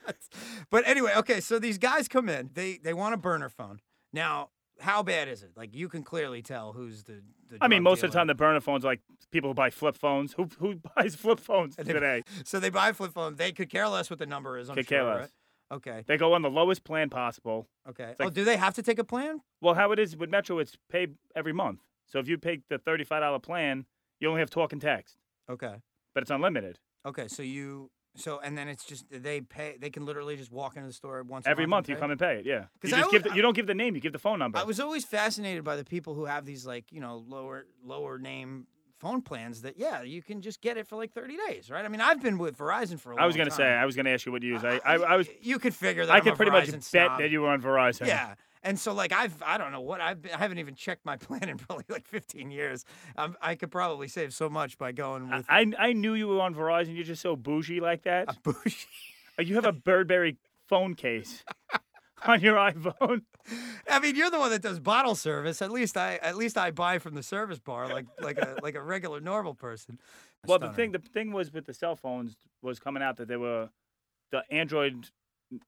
Speaker 1: But anyway, okay. So these guys come in. They they want a burner phone. Now, how bad is it? Like you can clearly tell who's the. the
Speaker 2: I mean,
Speaker 1: drug
Speaker 2: most of the
Speaker 1: dealer.
Speaker 2: time the burner phones like people who buy flip phones. Who who <laughs> buys flip phones
Speaker 1: And they-
Speaker 2: today?
Speaker 1: So they buy a flip phone. They could care less what the number is. I'm
Speaker 2: Could
Speaker 1: sure,
Speaker 2: care
Speaker 1: right?
Speaker 2: less.
Speaker 1: Okay.
Speaker 2: They go on the lowest plan possible.
Speaker 1: Okay. oh,
Speaker 2: like-
Speaker 1: do they have to take a plan?
Speaker 2: Well, how it is with Metro, it's pay every month. So if you pay the thirty-five dollar plan, you only have talk and text,
Speaker 1: Okay.
Speaker 2: but it's unlimited.
Speaker 1: Okay. So you. So and then it's just they pay. They can literally just walk into the store once
Speaker 2: Every
Speaker 1: a month.
Speaker 2: month you come and pay it. Yeah,
Speaker 1: 'Cause
Speaker 2: you
Speaker 1: I
Speaker 2: just give
Speaker 1: always-
Speaker 2: the, you don't give the name, you give the phone number.
Speaker 1: I was always fascinated by the people who have these like you know lower lower name phone plans that yeah you can just get it for like 30 days right i mean i've been with verizon for a long
Speaker 2: I was gonna
Speaker 1: time.
Speaker 2: say I was gonna ask you what you use. I I, I was
Speaker 1: you could figure that
Speaker 2: I
Speaker 1: I'm
Speaker 2: could
Speaker 1: a
Speaker 2: pretty much
Speaker 1: Verizon
Speaker 2: bet
Speaker 1: snob.
Speaker 2: that you were on Verizon.
Speaker 1: Yeah. And so like I've I don't know what I've been, I haven't even checked my <laughs> plan in probably like 15 years. i I could probably save so much by going
Speaker 2: I,
Speaker 1: with
Speaker 2: I I knew you were on Verizon. You're just so bougie like that.
Speaker 1: a <laughs> Bush.
Speaker 2: Uh, You
Speaker 1: <laughs>
Speaker 2: have a Burberry phone case on your iPhone.
Speaker 1: I mean, you're the one that does bottle service. At least I at least I buy from the service bar like like a like a regular normal person.
Speaker 2: Well, the
Speaker 1: Stunner.
Speaker 2: thing the thing was with the cell phones was coming out that they were the Android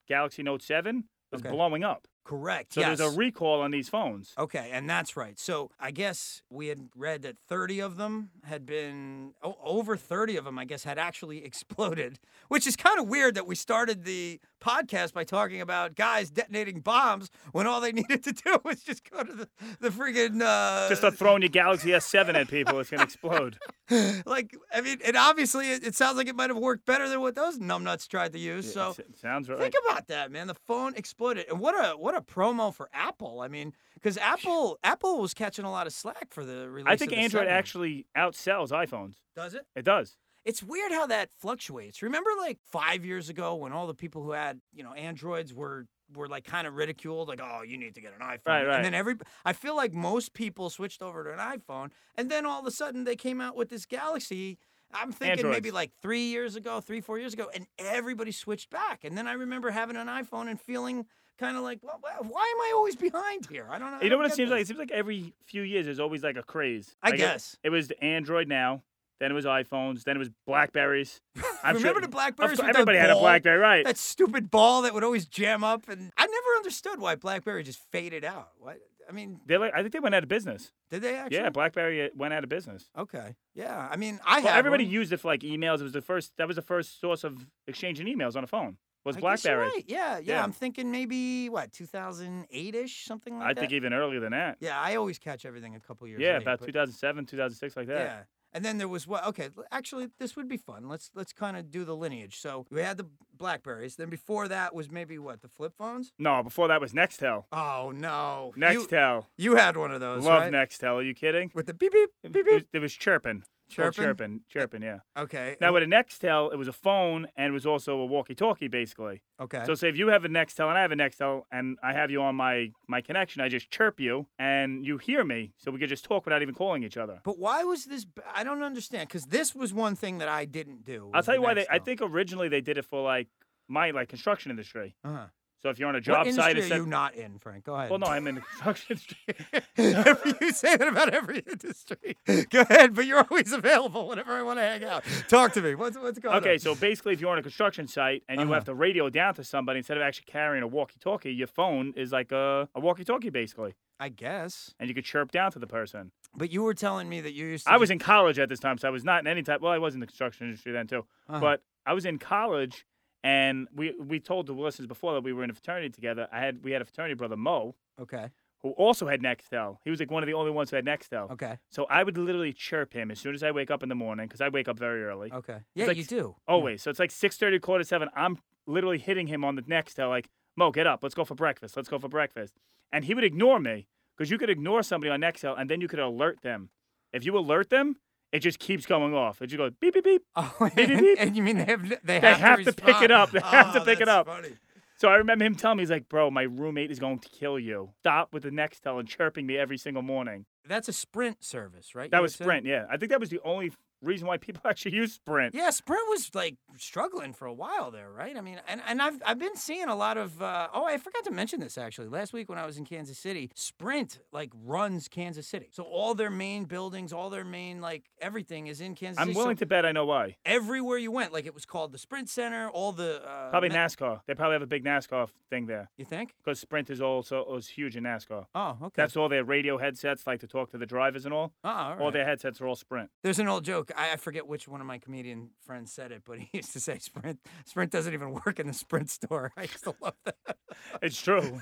Speaker 2: Galaxy Note Seven was
Speaker 1: Okay.
Speaker 2: blowing up.
Speaker 1: correct.
Speaker 2: So
Speaker 1: yes.
Speaker 2: there's a recall on these phones.
Speaker 1: Okay, and that's right. So I guess we had read that 30 of them had been o over 30 of them, I guess, had actually <laughs> exploded, which is kind of weird that we started the podcast by talking about guys detonating bombs when all they <laughs> needed to do was just go to the, the friggin' uh,
Speaker 2: Just start throwing your Galaxy S7 at
Speaker 1: <laughs>
Speaker 2: people, it's gonna explode.
Speaker 1: like I mean, and obviously it, it sounds like it might have worked better than what those numbnuts tried to use. So.
Speaker 2: It s- sounds right.
Speaker 1: Think about that, man. The phone exploded, and what a what a promo for Apple. I mean, because Apple Apple was catching a lot of slack for the release.
Speaker 2: I think
Speaker 1: of the
Speaker 2: Android
Speaker 1: 7.
Speaker 2: actually outsells iPhones.
Speaker 1: does it.
Speaker 2: It does.
Speaker 1: It's weird how that fluctuates. Remember, like five years ago, when all the people who had you know Androids were were like kind of ridiculed, like oh you need to get an iPhone,
Speaker 2: Right, right.
Speaker 1: and then every I feel like most people switched over to an iPhone, and then all of a sudden they came out with this Galaxy. I'm thinking maybe
Speaker 2: Androids.
Speaker 1: like three years ago, three four years ago, and everybody switched back. And then I remember having an iPhone and feeling kind of like, well, why am I always behind here? I don't know. I
Speaker 2: You know
Speaker 1: don't
Speaker 2: what it
Speaker 1: get
Speaker 2: seems like? It
Speaker 1: this.
Speaker 2: seems like every few years there's always like a craze.
Speaker 1: I
Speaker 2: Like, it-
Speaker 1: guess.
Speaker 2: It, was the Android now, then it was iPhones, then it was Blackberries.
Speaker 1: <laughs>
Speaker 2: I'm sure-
Speaker 1: remember the
Speaker 2: of
Speaker 1: Blackberries?
Speaker 2: course,
Speaker 1: with the
Speaker 2: everybody had a
Speaker 1: ball?
Speaker 2: Blackberry,
Speaker 1: <laughs>
Speaker 2: right?
Speaker 1: that stupid ball that would always jam up and I never understood why BlackBerry just faded out. What I mean,
Speaker 2: They like, I think they went out of business.
Speaker 1: did they actually?
Speaker 2: Yeah, BlackBerry uh, went out of business.
Speaker 1: Okay. Yeah. I mean, I
Speaker 2: Well,
Speaker 1: had
Speaker 2: everybody
Speaker 1: one.
Speaker 2: used it for like emails. It was the first. That was the first source of exchanging emails on a phone. Was
Speaker 1: I guess you're
Speaker 2: BlackBerry?
Speaker 1: right. Yeah, yeah,
Speaker 2: Yeah.
Speaker 1: I'm thinking maybe what 2008 ish, something like
Speaker 2: I
Speaker 1: that.
Speaker 2: think even earlier than that.
Speaker 1: yeah, I always catch everything a couple years.
Speaker 2: Yeah,
Speaker 1: late,
Speaker 2: about
Speaker 1: but-
Speaker 2: 2007, 2006, like that.
Speaker 1: Yeah. And then there was what? Okay, l- actually, this would be fun. Let's let's kind of do the lineage. So we had the Blackberries. Then before that was maybe what the flip phones.
Speaker 2: No, before that was Nextel.
Speaker 1: Oh no! you,
Speaker 2: Nextel,
Speaker 1: you had one of those,
Speaker 2: love
Speaker 1: right?
Speaker 2: Nextel. Are you kidding?
Speaker 1: With the beep beep
Speaker 2: It
Speaker 1: beep
Speaker 2: was,
Speaker 1: beep.
Speaker 2: it was chirping. Well,
Speaker 1: Chirping? Uh,
Speaker 2: chirping, chirping. Yeah.
Speaker 1: Okay.
Speaker 2: Now with a Nextel, it was a phone and it was also a walkie-talkie, basically.
Speaker 1: okay.
Speaker 2: So say if you have a Nextel and I have a Nextel and I have you on my my connection, I just chirp you and you hear me, so we could just talk without even calling each other.
Speaker 1: But why was this? b- I don't understand because this was one thing that I didn't do.
Speaker 2: I'll
Speaker 1: was
Speaker 2: tell you
Speaker 1: the
Speaker 2: why they. I
Speaker 1: Nextel.
Speaker 2: think originally they did it for like my like construction industry.
Speaker 1: Uh-huh.
Speaker 2: So if you're on a
Speaker 1: What
Speaker 2: job site,
Speaker 1: industry
Speaker 2: it's
Speaker 1: are you not in, Frank? Go ahead.
Speaker 2: well,
Speaker 1: <laughs>
Speaker 2: no, I'm in the construction industry.
Speaker 1: you say that about every <laughs> industry. Go ahead, but you're always available whenever I want to hang out. Talk to me. What's what's going on?
Speaker 2: Okay, so basically, if you're on a construction site and you
Speaker 1: Uh-huh.
Speaker 2: have to radio down to somebody instead of actually carrying a walkie-talkie, your phone is like a, a walkie-talkie basically,
Speaker 1: I guess.
Speaker 2: and you could chirp down to the person.
Speaker 1: But you were telling me that you used. to
Speaker 2: I
Speaker 1: just-
Speaker 2: was in college at this time, so I was not in any type. Well, I was in the construction industry then too,
Speaker 1: Uh-huh.
Speaker 2: but I was in college, and we we told the listeners before that we were in a fraternity together. I had we had a fraternity brother Mo
Speaker 1: Okay.
Speaker 2: who also had Nextel. He was like one of the only ones who had Nextel.
Speaker 1: Okay.
Speaker 2: So I would literally chirp him as soon as I wake up in the morning because I wake up very early.
Speaker 1: Okay. Yeah,
Speaker 2: like Oh,
Speaker 1: you
Speaker 2: s-
Speaker 1: do.
Speaker 2: Always. So it's like 6.30, quarter to 7. I'm literally hitting him on the neck tail like, Mo, get up. Let's go for breakfast. Let's go for breakfast. And he would ignore me because you could ignore somebody on Nextel and then you could alert them. If you alert them, it just keeps going off. It just goes beep, beep, beep.
Speaker 1: <laughs> Oh,
Speaker 2: beep,
Speaker 1: and,
Speaker 2: beep.
Speaker 1: and you mean they have n- they,
Speaker 2: They
Speaker 1: have,
Speaker 2: have to pick it
Speaker 1: respond.
Speaker 2: up. They have to
Speaker 1: Oh,
Speaker 2: pick it
Speaker 1: that's
Speaker 2: up.
Speaker 1: funny.
Speaker 2: So I remember him telling me, he's like, bro, my roommate is going to kill you. Stop with the Nextel and chirping me every single morning.
Speaker 1: That's a Sprint service, right?
Speaker 2: That
Speaker 1: you
Speaker 2: was
Speaker 1: said?
Speaker 2: Sprint, yeah. I think that was the only reason why people <laughs> actually use Sprint.
Speaker 1: Yeah, Sprint was like struggling for a while there, right? I mean, and, and I've I've been seeing a lot of uh, oh, I forgot to mention this actually. Last week when I was in Kansas City, Sprint like runs Kansas City. So all their main buildings, all their main like everything is in Kansas
Speaker 2: I'm
Speaker 1: City.
Speaker 2: willing
Speaker 1: so
Speaker 2: to bet I know why.
Speaker 1: everywhere you went, like it was called the Sprint Center, all the uh,
Speaker 2: Probably
Speaker 1: ma-
Speaker 2: NASCAR. They probably have a big NASCAR thing there
Speaker 1: You think?
Speaker 2: because Sprint is also is huge in NASCAR.
Speaker 1: Oh, okay.
Speaker 2: That's all their radio headsets, like to talk to the drivers and all.
Speaker 1: oh, all right.
Speaker 2: All their headsets are all Sprint.
Speaker 1: There's an old joke. I, I forget which one of my comedian friends said it, but he <laughs> used to say Sprint Sprint doesn't even work in the Sprint store. <laughs> I used to love that.
Speaker 2: It's
Speaker 1: <laughs>
Speaker 2: true.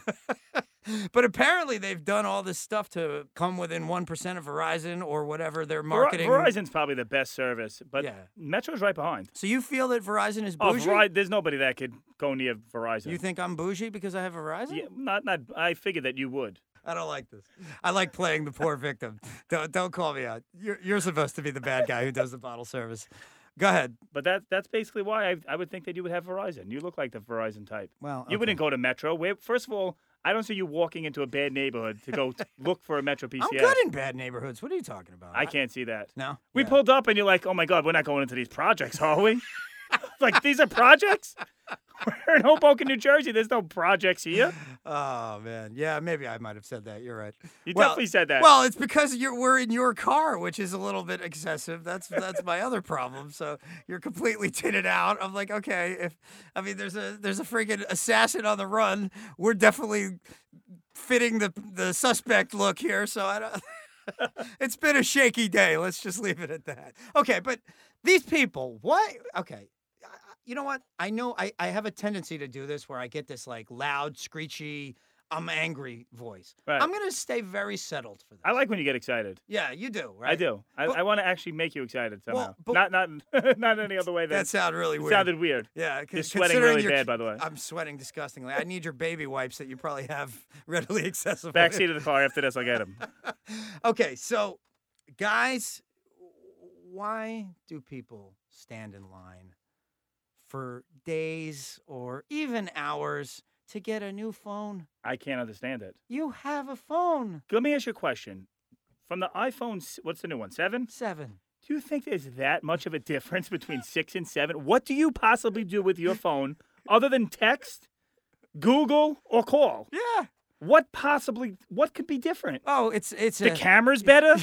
Speaker 1: But apparently they've done all this stuff to come within 1% of Verizon or whatever their
Speaker 2: Ver-
Speaker 1: marketing.
Speaker 2: Verizon's probably the best service, but
Speaker 1: Yeah.
Speaker 2: Metro's right behind.
Speaker 1: So you feel that Verizon is
Speaker 2: Oh,
Speaker 1: bougie?
Speaker 2: Veri- there's nobody that could go near Verizon.
Speaker 1: You think I'm bougie because I have Verizon?
Speaker 2: yeah, not not. I figured that you would.
Speaker 1: I don't like this. I like playing the poor
Speaker 2: <laughs>
Speaker 1: victim. Don't don't call me out. You're you're supposed to be the bad guy who does the bottle service. Go ahead.
Speaker 2: But that that's basically why I, I would think that you would have Verizon. You look like the Verizon type.
Speaker 1: Well,
Speaker 2: You wouldn't go to Metro. Where, first of all, I don't see you walking into a bad neighborhood to
Speaker 1: <laughs>
Speaker 2: go t- look for a Metro PCS.
Speaker 1: I'm good in bad neighborhoods. What are you talking about?
Speaker 2: I can't see that.
Speaker 1: No.
Speaker 2: We
Speaker 1: Yeah.
Speaker 2: pulled up and you're like, oh my God, we're not going into these projects, are we? <laughs> like, these are projects? <laughs> We're in Hoboken, New Jersey. There's no projects here.
Speaker 1: Oh man, yeah, maybe I might have said that. You're right.
Speaker 2: You
Speaker 1: Well-
Speaker 2: definitely said that.
Speaker 1: Well, it's because you're we're in your car, which is a little bit excessive. That's that's my other problem. So you're completely tinted out. I'm like, okay, if I mean, there's a there's a freaking assassin on the run. We're definitely fitting the the suspect look here. So I don't. <laughs> it's been a shaky day. Let's just leave it at that. Okay, but these people, what? Okay. I- I- You know what? I know I, I have a tendency to do this where I get this like loud, screechy, I'm angry voice.
Speaker 2: Right.
Speaker 1: I'm going to stay very settled for this.
Speaker 2: I like when you get excited.
Speaker 1: Yeah, you do, right?
Speaker 2: I do. I,
Speaker 1: But-
Speaker 2: I want to actually make you excited
Speaker 1: Well,
Speaker 2: somehow.
Speaker 1: but-
Speaker 2: not not <laughs> not any other way.
Speaker 1: That
Speaker 2: That
Speaker 1: sounded really weird.
Speaker 2: sounded weird.
Speaker 1: yeah, con-
Speaker 2: You're sweating
Speaker 1: considering
Speaker 2: really
Speaker 1: your-
Speaker 2: bad, by the way.
Speaker 1: I'm sweating disgustingly. I need your baby wipes that you probably have <laughs> readily accessible.
Speaker 2: <laughs> Backseat of the car. After this, I'll get him.
Speaker 1: <laughs> Okay, so guys, why do people stand in line for days or even hours to get a new phone?
Speaker 2: I can't understand it.
Speaker 1: You have a phone.
Speaker 2: Let me ask you a question. From the iPhone, s- what's the new one? Seven?
Speaker 1: Seven.
Speaker 2: Do you think there's that much of a difference between six and seven? What do you possibly do with your phone other than text, Google, or call?
Speaker 1: Yeah.
Speaker 2: What possibly? What could be different?
Speaker 1: Oh, it's it's
Speaker 2: The
Speaker 1: a,
Speaker 2: camera's better.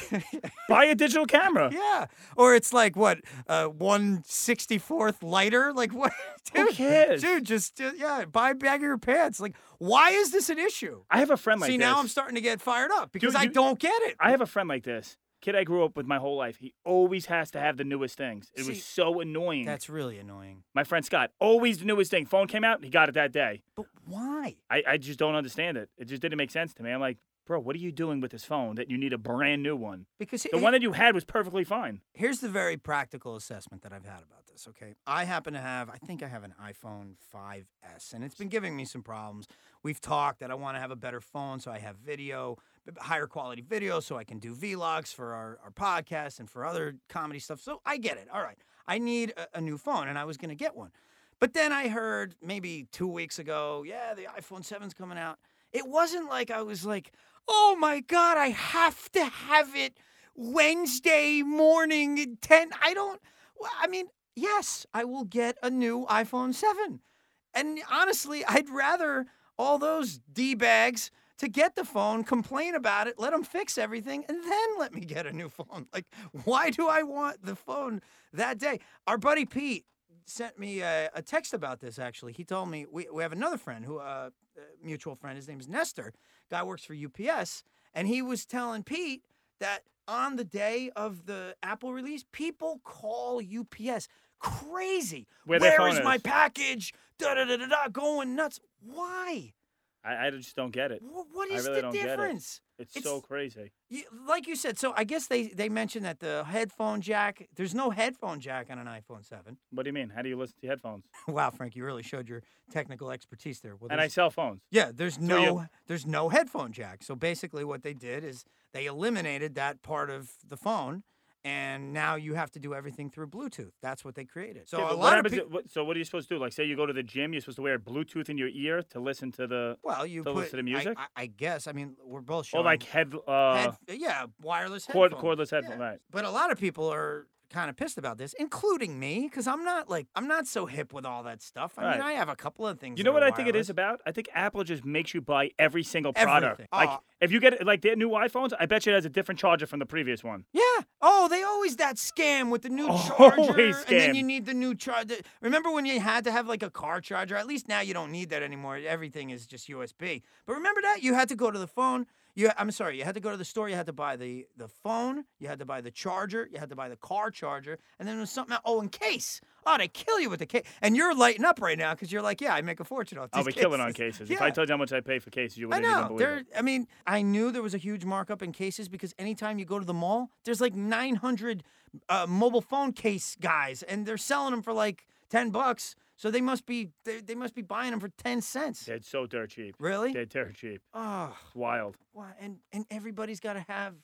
Speaker 2: Buy a digital camera.
Speaker 1: <laughs> Yeah. Or it's like what, uh, one sixty fourth lighter? Like <laughs> what?
Speaker 2: Who
Speaker 1: Dude,
Speaker 2: cares?
Speaker 1: Dude, just uh, yeah, buy bag of your pants. Like, why is this an issue?
Speaker 2: I have a friend like
Speaker 1: See,
Speaker 2: this.
Speaker 1: now I'm starting to get fired up because I
Speaker 2: you-
Speaker 1: don't get it.
Speaker 2: I have a friend like this. Kid I grew up with my whole life. He always has to have the newest things. It
Speaker 1: See,
Speaker 2: was so annoying.
Speaker 1: That's really annoying.
Speaker 2: my friend Scott, always the newest thing. Phone came out, he got it that day.
Speaker 1: But why?
Speaker 2: I, I just don't understand it. It just didn't make sense to me. I'm like, bro, what are you doing with this phone that you need a brand new one?
Speaker 1: Because
Speaker 2: The
Speaker 1: he-
Speaker 2: one that you had was perfectly fine.
Speaker 1: here's the very practical assessment that I've had about this, okay? I happen to have, I think I have an iPhone 5S, and it's been giving me some problems. We've talked that I want to have a better phone so I have video, b- higher quality video, so I can do vlogs for our, our podcast and for other comedy stuff. So I get it. All right. I need a, a new phone, and I was going to get one. But then I heard maybe two weeks ago, yeah, the iPhone 7's coming out. It wasn't like I was like, oh my God, I have to have it Wednesday morning at 10. I don't, well, I mean, yes, I will get a new iPhone 7. And honestly, I'd rather all those D bags to get the phone, complain about it, let them fix everything, and then let me get a new phone. Like, why do I want the phone that day? Our buddy Pete sent me a, a text about this actually he told me we, we have another friend who uh, a mutual friend his name is nestor guy works for ups and he was telling pete that on the day of the apple release people call ups crazy
Speaker 2: Where their
Speaker 1: where
Speaker 2: phone
Speaker 1: is my
Speaker 2: is."
Speaker 1: package da da da da da going nuts why
Speaker 2: I, I just don't get it.
Speaker 1: Wh- what
Speaker 2: I
Speaker 1: is
Speaker 2: really
Speaker 1: the
Speaker 2: don't get it.
Speaker 1: difference
Speaker 2: It's,
Speaker 1: It's-
Speaker 2: so crazy.
Speaker 1: you, like you said so i guess they they mentioned that the headphone jack there's no headphone jack on an iphone 7
Speaker 2: What do you mean? How do you listen to headphones?
Speaker 1: <laughs> wow frank you really showed your technical expertise there Well,
Speaker 2: And I
Speaker 1: there's-
Speaker 2: sell phones.
Speaker 1: Yeah, there's no
Speaker 2: you-
Speaker 1: there's no headphone jack. So basically what they did is they eliminated that part of the phone and now you have to do everything through Bluetooth. That's what they created. So
Speaker 2: Yeah,
Speaker 1: a
Speaker 2: but what
Speaker 1: lot of
Speaker 2: happens
Speaker 1: people
Speaker 2: if- what- so what are you supposed to do? Like, say you go to the gym, you're supposed to wear Bluetooth in your ear to listen to the
Speaker 1: well, you
Speaker 2: to
Speaker 1: put
Speaker 2: listen to
Speaker 1: I-
Speaker 2: music?
Speaker 1: I, I, guess. I mean, we're both
Speaker 2: or
Speaker 1: showing
Speaker 2: like head, uh,
Speaker 1: head- yeah, wireless
Speaker 2: cord,
Speaker 1: headphones.
Speaker 2: cordless headphone.
Speaker 1: Yeah.
Speaker 2: Right.
Speaker 1: But a lot of people are kind of pissed about this, including me, because I'm not like I'm not so hip with all that stuff. I mean, I
Speaker 2: Right.
Speaker 1: have a couple of things.
Speaker 2: You know
Speaker 1: that
Speaker 2: what
Speaker 1: are
Speaker 2: I think it is
Speaker 1: wireless.
Speaker 2: about? I think Apple just makes you buy every single product.
Speaker 1: Everything.
Speaker 2: Like
Speaker 1: Oh.
Speaker 2: if you get like their new iPhones, I bet you it has a different charger from the previous one.
Speaker 1: Yeah. Oh, they always that scam with the new
Speaker 2: Always
Speaker 1: charger, and then
Speaker 2: scam.
Speaker 1: you need the new charger. Remember when you had to have like a car charger? At least now you don't need that anymore. Everything is just USB. But remember that you had to go to the phone. You, I'm sorry, you had to go to the store. You had to buy the the phone. You had to buy the charger. You had to buy the car charger, and then there was something. Else. Oh, and case. Oh, they kill you with the case. And you're lighting up right now because you're like, yeah, I make a fortune off.
Speaker 2: I'll be
Speaker 1: these
Speaker 2: killing on
Speaker 1: cases.
Speaker 2: cases. If I
Speaker 1: Yeah.
Speaker 2: told you how much I pay for cases, you
Speaker 1: I
Speaker 2: wouldn't even
Speaker 1: know.
Speaker 2: believe
Speaker 1: There.
Speaker 2: it.
Speaker 1: I mean, I knew there was a huge markup in cases because anytime you go to the mall, there's like 900 uh, mobile phone case guys, and they're selling them for like 10 bucks. So they must be they, they must be buying them for 10 cents.
Speaker 2: They're so dirt cheap.
Speaker 1: Really?
Speaker 2: They're dirt cheap.
Speaker 1: Oh,
Speaker 2: It's wild.
Speaker 1: why- and and everybody's got to have.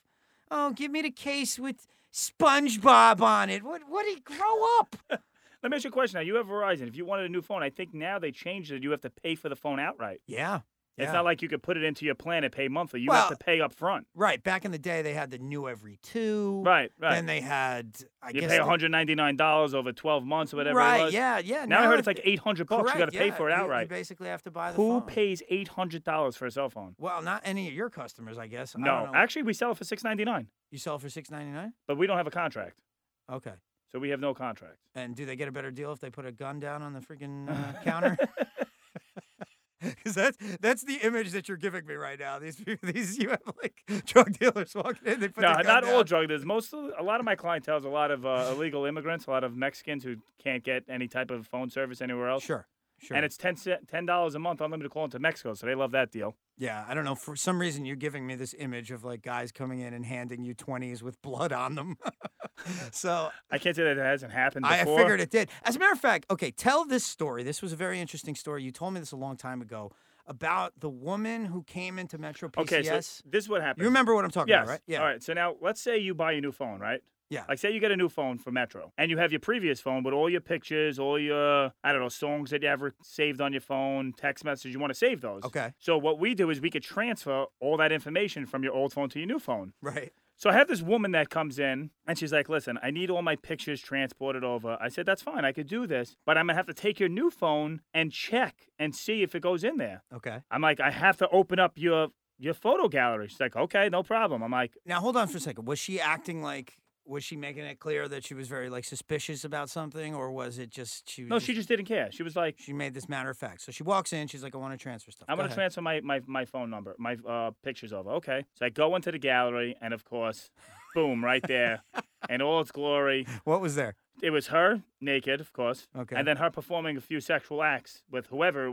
Speaker 1: Oh, give me the case with SpongeBob on it. What? What? He grow up.
Speaker 2: Let me ask you a question. Now you have Verizon. If you wanted a new phone, I think now they changed it. You have to pay for the phone outright.
Speaker 1: Yeah.
Speaker 2: It's not like you could put it into your plan and pay monthly. You
Speaker 1: Well-
Speaker 2: have to pay up front.
Speaker 1: right. Back in the day, they had the new every two.
Speaker 2: Right, right.
Speaker 1: Then they had. I
Speaker 2: you
Speaker 1: guess
Speaker 2: pay
Speaker 1: the-
Speaker 2: $199 over 12 months or whatever
Speaker 1: Right.
Speaker 2: it was.
Speaker 1: Yeah. Yeah.
Speaker 2: Now, I heard
Speaker 1: if-
Speaker 2: it's like 800 bucks. you got
Speaker 1: Correct,
Speaker 2: to pay
Speaker 1: yeah.
Speaker 2: for it
Speaker 1: You-
Speaker 2: outright.
Speaker 1: You, basically have to buy the
Speaker 2: Who
Speaker 1: phone.
Speaker 2: pays $800 for a cell phone?
Speaker 1: Well, not any of your customers, I guess. I
Speaker 2: No,
Speaker 1: don't know.
Speaker 2: actually, we sell it for six ninety nine,
Speaker 1: you sell for six ninety nine.
Speaker 2: but we don't have a contract,
Speaker 1: Okay.
Speaker 2: so we have no contract.
Speaker 1: And do they get a better deal if they put a gun down on the freaking uh,
Speaker 2: <laughs>
Speaker 1: counter? <laughs> Because that's that's the image that you're giving me right now. These people- these you have like drug dealers walking in. They put
Speaker 2: no,
Speaker 1: their gun
Speaker 2: not all
Speaker 1: down.
Speaker 2: drug dealers. Most, of- a lot of my clientele is a lot of uh, illegal immigrants, a lot of Mexicans who can't get any type of phone service anywhere else.
Speaker 1: Sure. Sure.
Speaker 2: And it's 10 dollars a month unlimited call into Mexico, so they love that deal.
Speaker 1: yeah, I don't know. For some reason, you're giving me this image of like guys coming in and handing you twenties with blood on them. <laughs> so
Speaker 2: I can't say that it hasn't happened
Speaker 1: I, I
Speaker 2: before.
Speaker 1: figured it did. As a matter of fact, okay, tell this story. This was a very interesting story. You told me this a long time ago about the woman who came into Metro PCS.
Speaker 2: Okay, so this is what happened.
Speaker 1: you remember what I'm talking
Speaker 2: Yes.
Speaker 1: about, right?
Speaker 2: All right. So now let's say you buy a new phone, right?
Speaker 1: Yeah.
Speaker 2: Like say you get a new phone from Metro and you have your previous phone with all your pictures, all your I don't know, songs that you ever saved on your phone, text messages, you want to save those.
Speaker 1: Okay.
Speaker 2: So what we do is we could transfer all that information from your old phone to your new phone.
Speaker 1: Right.
Speaker 2: So I have this woman that comes in and she's like, "Listen, I need all my pictures transported over." I said, "That's fine. I could do this, but I'm going to have to take your new phone and check and see if it goes in there."
Speaker 1: Okay.
Speaker 2: I'm like, "I have to open up your your photo gallery." She's like, "Okay, no problem." I'm like,
Speaker 1: Now hold on for a second. Was she acting like? Was she making it clear that she was very like suspicious about something, or was it just she? was
Speaker 2: No, she just didn't care. She was like,
Speaker 1: she made this matter of fact. So she walks in. She's like, "I want to transfer stuff."
Speaker 2: I'm
Speaker 1: Go
Speaker 2: going to
Speaker 1: ahead.
Speaker 2: transfer my, my, my phone number, my uh, pictures over. Okay. So I go into the gallery, and of course, boom, right
Speaker 1: <laughs>
Speaker 2: there. in all its glory.
Speaker 1: What was there?
Speaker 2: It was her, naked, of course.
Speaker 1: Okay.
Speaker 2: And then her performing a few sexual acts with whoever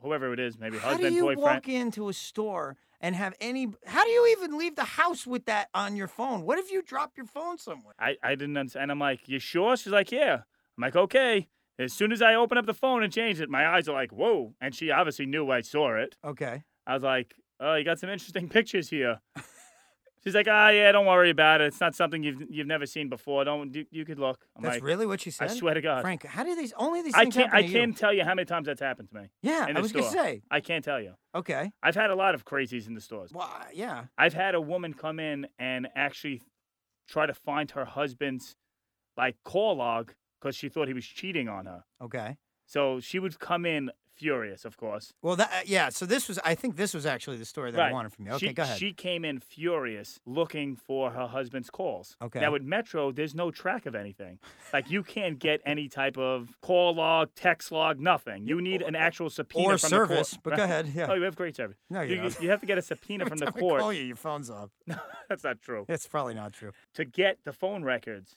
Speaker 2: whoever it is, maybe
Speaker 1: how do
Speaker 2: husband,
Speaker 1: you
Speaker 2: boyfriend.
Speaker 1: walk into a store and have any? How do you even leave the house with that on your phone? What if you drop your phone somewhere?
Speaker 2: I, I didn't understand. I'm like, you sure? She's like, yeah. I'm like, okay. As soon as I open up the phone and change it, my eyes are like, whoa. And she obviously knew I saw it.
Speaker 1: Okay.
Speaker 2: I was like, "Oh, you got some interesting <laughs>
Speaker 1: <laughs>
Speaker 2: pictures here." She's like, "Ah, yeah, don't worry about it. It's not something you've you've never seen before. Don't you, you could look." I'm
Speaker 1: That's
Speaker 2: like,
Speaker 1: really what she
Speaker 2: "I
Speaker 1: said.
Speaker 2: swear to God,
Speaker 1: Frank, how do these only these
Speaker 2: I
Speaker 1: things
Speaker 2: can't I
Speaker 1: happen to you?
Speaker 2: can't tell you how many times that's happened to me.
Speaker 1: Yeah, I
Speaker 2: in the
Speaker 1: was gonna
Speaker 2: store.
Speaker 1: say.
Speaker 2: I can't tell you.
Speaker 1: Okay.
Speaker 2: I've had a lot of crazies in the stores.
Speaker 1: Well, yeah.
Speaker 2: I've had a woman come in and actually try to find her husband's like call log because she thought he was cheating on her.
Speaker 1: Okay.
Speaker 2: So she would come in furious, of course.
Speaker 1: Well, that uh, yeah. So this was. I think this was actually the story that I
Speaker 2: Right.
Speaker 1: wanted from you. Okay,
Speaker 2: she,
Speaker 1: go ahead.
Speaker 2: She came in furious looking for her husband's calls.
Speaker 1: Okay.
Speaker 2: Now, with Metro, there's no track of anything. Like, you can't get any type of call log, text log, nothing. You need an actual subpoena
Speaker 1: or
Speaker 2: from
Speaker 1: service,
Speaker 2: the court.
Speaker 1: but go ahead. Yeah.
Speaker 2: <laughs> Oh, you have great service.
Speaker 1: No, you
Speaker 2: you,
Speaker 1: don't.
Speaker 2: you have
Speaker 1: <laughs>
Speaker 2: to get a subpoena
Speaker 1: Every
Speaker 2: from the
Speaker 1: time I
Speaker 2: court.
Speaker 1: call you, your phone's off.
Speaker 2: <laughs> That's not true.
Speaker 1: That's probably not true.
Speaker 2: To get the phone records.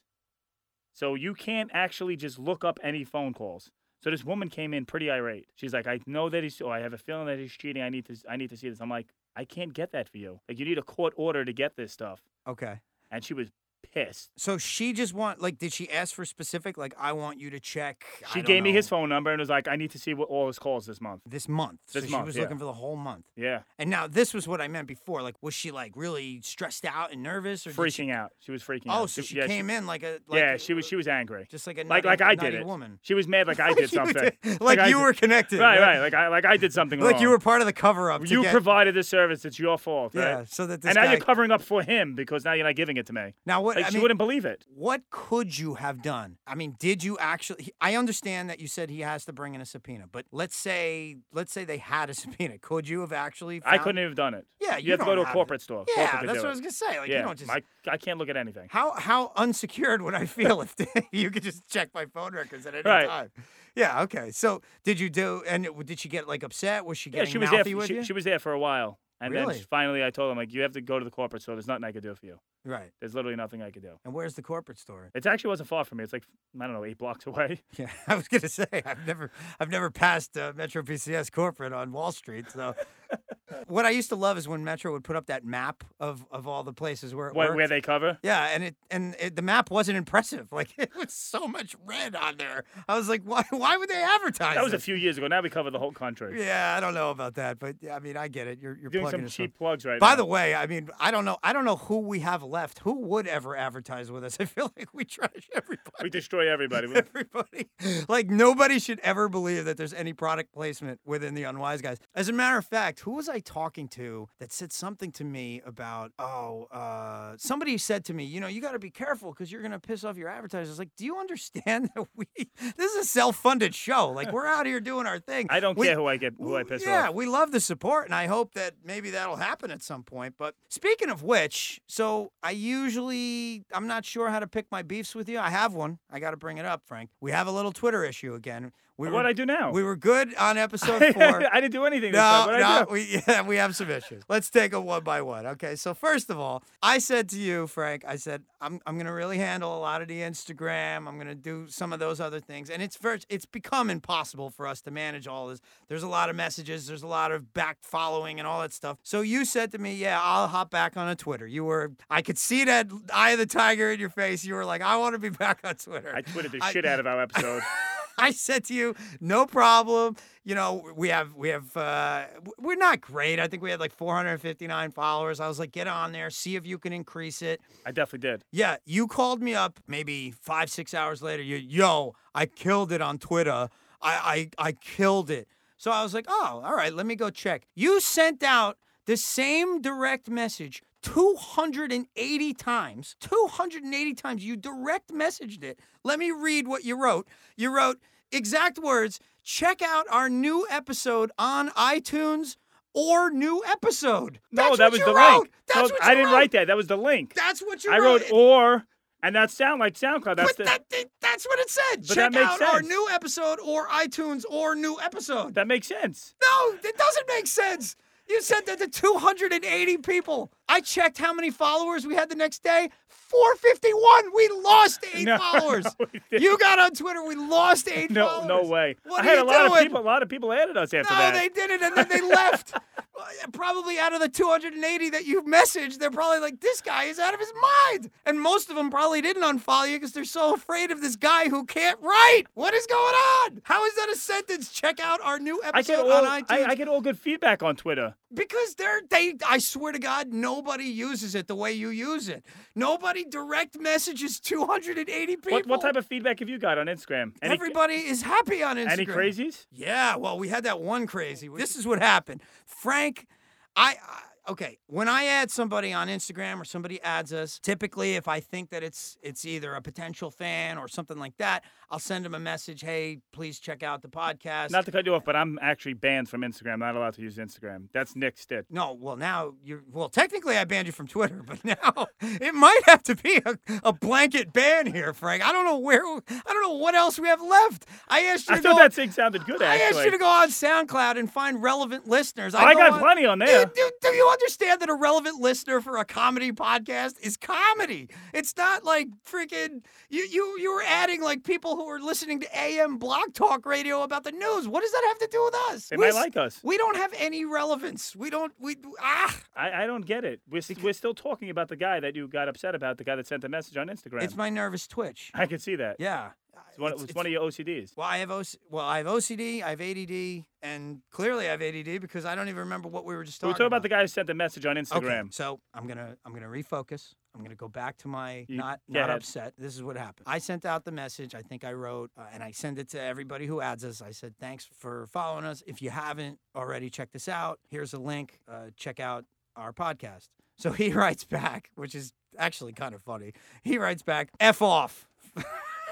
Speaker 2: So you can't actually just look up any phone calls. So this woman came in pretty irate. She's like, "I know that he's. Oh, I have a feeling that he's cheating. I need to. I need to see this." I'm like, "I can't get that for you. Like, you need a court order to get this stuff."
Speaker 1: Okay.
Speaker 2: and she was pissed.
Speaker 1: So she just want like, did she ask for specific? Like, I want you to check. I
Speaker 2: She
Speaker 1: don't
Speaker 2: gave me his
Speaker 1: know,
Speaker 2: phone number and was like, "I need to see what all his calls this month."
Speaker 1: This month.
Speaker 2: This
Speaker 1: so she
Speaker 2: month,
Speaker 1: was
Speaker 2: yeah.
Speaker 1: looking for the whole month.
Speaker 2: Yeah,
Speaker 1: And now this was what I meant before. Like, was she like really stressed out and nervous, or did she-
Speaker 2: freaking out. She was freaking out.
Speaker 1: Oh, so she
Speaker 2: yeah,
Speaker 1: came in like a like
Speaker 2: yeah,
Speaker 1: a-
Speaker 2: she was. She was angry.
Speaker 1: just like a
Speaker 2: Like,
Speaker 1: nutty-
Speaker 2: like I
Speaker 1: nutty
Speaker 2: did it.
Speaker 1: woman.
Speaker 2: She was mad. <laughs>
Speaker 1: <laughs>
Speaker 2: Like I did
Speaker 1: You
Speaker 2: something.
Speaker 1: did- like
Speaker 2: I
Speaker 1: you
Speaker 2: did-
Speaker 1: were connected.
Speaker 2: Right, right. Like I, like I did
Speaker 1: <laughs>
Speaker 2: something
Speaker 1: Like you
Speaker 2: wrong.
Speaker 1: were part of the cover up.
Speaker 2: You provided the service. It's your fault,
Speaker 1: Yeah.
Speaker 2: right?
Speaker 1: So that this
Speaker 2: And now
Speaker 1: guy.
Speaker 2: you're covering up for him because now you're not giving it to me.
Speaker 1: now what
Speaker 2: Like
Speaker 1: I
Speaker 2: she
Speaker 1: mean,
Speaker 2: wouldn't believe it.
Speaker 1: what could you have done? I mean, did you actually? he- I understand that you said he has to bring in a subpoena, but let's say let's say they had a <laughs> subpoena. Could you have actually?
Speaker 2: I
Speaker 1: found-
Speaker 2: couldn't have done it.
Speaker 1: Yeah,
Speaker 2: You,
Speaker 1: you
Speaker 2: have to go
Speaker 1: don't
Speaker 2: to a
Speaker 1: have-
Speaker 2: corporate store.
Speaker 1: Yeah,
Speaker 2: corporate could
Speaker 1: that's
Speaker 2: do
Speaker 1: what I
Speaker 2: it.
Speaker 1: was gonna say. Like
Speaker 2: yeah,
Speaker 1: you don't just
Speaker 2: my, I can't look at anything.
Speaker 1: how how unsecured would I feel if <laughs> you could just check my phone records at any
Speaker 2: Right.
Speaker 1: time? Yeah. Okay. So did you do? And it- did she get like upset? Was she
Speaker 2: Yeah,
Speaker 1: getting
Speaker 2: she was there.
Speaker 1: mouthy
Speaker 2: For,
Speaker 1: with
Speaker 2: she,
Speaker 1: you?
Speaker 2: she was there for a while, and
Speaker 1: Really?
Speaker 2: then finally I told him like, you have to go to the corporate store. There's nothing I could do for you.
Speaker 1: right.
Speaker 2: There's literally nothing I could do.
Speaker 1: And where's the corporate store? <laughs>
Speaker 2: It actually wasn't far from me. It's like I don't know, eight blocks away.
Speaker 1: Yeah, I was gonna say I've never I've never passed uh, Metro PCS corporate on Wall Street. So <laughs> what I used to love is when Metro would put up that map of of all the places where it
Speaker 2: <laughs> Where,
Speaker 1: worked.
Speaker 2: where they cover?
Speaker 1: yeah, and it and it, the map wasn't impressive. <laughs> Like it was so much red on there. I was like, why why would they advertise?
Speaker 2: That was a
Speaker 1: this?
Speaker 2: few years ago. Now we cover the whole country.
Speaker 1: Yeah, I don't know about that, but yeah, I mean, I get it. You're you're
Speaker 2: Doing
Speaker 1: plugging
Speaker 2: some
Speaker 1: us up.
Speaker 2: cheap plugs right
Speaker 1: By
Speaker 2: now.
Speaker 1: the way, I mean, I don't know. I don't know who we have left. Who would ever advertise with us? <laughs> I feel like we trash everybody.
Speaker 2: we destroy
Speaker 1: <laughs>
Speaker 2: everybody. We-
Speaker 1: everybody. Like nobody should ever believe that there's any product placement within the unwise guys. As a matter of fact, who was I talking to that said something to me about oh uh, somebody said to me, you know, you got to be careful because you're gonna piss off your advertisers. Like, do you understand <laughs> that we this is a self-funded show? Like we're out here doing our thing.
Speaker 2: I don't
Speaker 1: We-
Speaker 2: care who I get, who I
Speaker 1: w-
Speaker 2: piss
Speaker 1: yeah,
Speaker 2: off.
Speaker 1: we love the support, and I hope that maybe that'll happen at some point. But speaking of which, so I usually I'm not sure how to pick my beefs with you. I have one. I got to bring it up, Frank. We have a little Twitter issue again. We
Speaker 2: What
Speaker 1: were,
Speaker 2: I do now?
Speaker 1: we were good on episode
Speaker 2: <laughs>
Speaker 1: four.
Speaker 2: I didn't do anything. this
Speaker 1: No,
Speaker 2: time. What'd I
Speaker 1: no,
Speaker 2: do?
Speaker 1: we <laughs> yeah, we have some issues. Let's take them one by one. Okay, so first of all, I said to you, Frank, I said I'm I'm gonna really handle a lot of the Instagram. I'm gonna do some of those other things, and it's virt- it's become impossible for us to manage all this. There's a lot of messages, there's a lot of back following and all that stuff. So you said to me, yeah, I'll hop back on a Twitter. You were I could see that eye of the tiger in your face. You were like, I want to be <laughs> back on Twitter.
Speaker 2: I tweeted the
Speaker 1: I-
Speaker 2: shit out of our episode.
Speaker 1: <laughs> I said to you, no problem. You know, we have we have uh, w- we're not great. I think we had like 459 followers. I was like, get on there, see if you can increase it.
Speaker 2: I definitely did.
Speaker 1: Yeah, you called me up maybe five six hours later. You yo, I killed it on Twitter. I I I killed it. So I was like, oh, all right, let me go check. You sent out the same direct message 280 times. 280 times you direct messaged it. Let me read what you wrote. You wrote exact words check out our new episode on iTunes or new episode. <laughs>
Speaker 2: No,
Speaker 1: That's
Speaker 2: Oh, that
Speaker 1: what
Speaker 2: was
Speaker 1: you
Speaker 2: the
Speaker 1: wrote.
Speaker 2: link. No,
Speaker 1: That's what
Speaker 2: I
Speaker 1: you
Speaker 2: didn't
Speaker 1: wrote.
Speaker 2: write that. That was the link.
Speaker 1: That's what you
Speaker 2: I
Speaker 1: wrote.
Speaker 2: wrote or, and that sound like SoundCloud. That's
Speaker 1: but
Speaker 2: the,
Speaker 1: that, that- that's what it said.
Speaker 2: But
Speaker 1: Check
Speaker 2: that makes
Speaker 1: out our
Speaker 2: sense.
Speaker 1: new episode or iTunes or new episode.
Speaker 2: that makes sense.
Speaker 1: no, it doesn't make sense. You said that to 280 people. I checked how many followers we had the next day. 451. We lost eight
Speaker 2: <laughs> No,
Speaker 1: followers.
Speaker 2: no, we didn't.
Speaker 1: you got on Twitter. We lost eight
Speaker 2: No,
Speaker 1: followers.
Speaker 2: no way.
Speaker 1: What
Speaker 2: I
Speaker 1: are
Speaker 2: had
Speaker 1: you
Speaker 2: a lot
Speaker 1: doing?
Speaker 2: of people. A lot of people added us after
Speaker 1: No,
Speaker 2: that.
Speaker 1: they didn't, and then they
Speaker 2: <laughs>
Speaker 1: left. Well, yeah, Probably out of the 280 that you've messaged, they're probably like, this guy is out of his mind. And most of them probably didn't unfollow you because they're so afraid of this guy who can't write. What is going on? How is that a sentence? Check out our new
Speaker 2: I get
Speaker 1: episode on
Speaker 2: all. I,
Speaker 1: iTunes.
Speaker 2: I get all good feedback on Twitter.
Speaker 1: Because they're they I swear to God, nobody uses it the way you use it. Nobody direct messages 280 people.
Speaker 2: What, what type of feedback have you got on Instagram? Any,
Speaker 1: Everybody is happy on Instagram.
Speaker 2: any crazies?
Speaker 1: Yeah, well, we had that one crazy. This is what happened. Frank, I, I okay, when I add somebody on Instagram or somebody adds us, typically if I think that it's it's either a potential fan or something like that, I'll send them a message, "Hey, please check out the podcast."
Speaker 2: Not to cut you off, but I'm actually banned from Instagram. not allowed to use Instagram. That's Nick's did.
Speaker 1: no, well now you're well technically I banned you from Twitter, but <laughs> now it might have to be a, a blanket ban here, Frank. I don't know where I don't know what else we have left. I asked you
Speaker 2: I
Speaker 1: to go
Speaker 2: thought that thing sounded good.
Speaker 1: I
Speaker 2: Actually,
Speaker 1: asked you to go on SoundCloud and find relevant listeners.
Speaker 2: I
Speaker 1: go
Speaker 2: got
Speaker 1: on-
Speaker 2: plenty on
Speaker 1: Do-
Speaker 2: there.
Speaker 1: Do, do you understand that a relevant listener for a comedy podcast is comedy? It's not like freaking you you you were adding like people who are listening to AM Block Talk Radio about the news. What does that have to do with us?
Speaker 2: They
Speaker 1: We
Speaker 2: might
Speaker 1: s-
Speaker 2: like us.
Speaker 1: We don't have any relevance. We don't. We ah.
Speaker 2: I, I don't get it. We're, s we're still talking about the guy that you got upset about, the guy that sent the message on Instagram.
Speaker 1: It's my nervous twitch.
Speaker 2: I can see that.
Speaker 1: Yeah.
Speaker 2: It's one, it's, one of your OCDs.
Speaker 1: Well, I have OC- well, I have OCD, I have ADD, and clearly I have ADD because I don't even remember what we were just talking
Speaker 2: We were talking about the guy who sent the message on Instagram.
Speaker 1: Okay, so I'm gonna I'm gonna refocus. I'm gonna go back to my
Speaker 2: You-
Speaker 1: not
Speaker 2: go
Speaker 1: not
Speaker 2: ahead.
Speaker 1: upset. This is what happened. I sent out the message. I think I wrote, uh, and I send it to everybody who adds us. I said thanks for following us. If you haven't already, check this out. Here's a link. Uh, check out our podcast. So he <laughs> writes back, which is actually kind of funny. He writes back, F off. <laughs>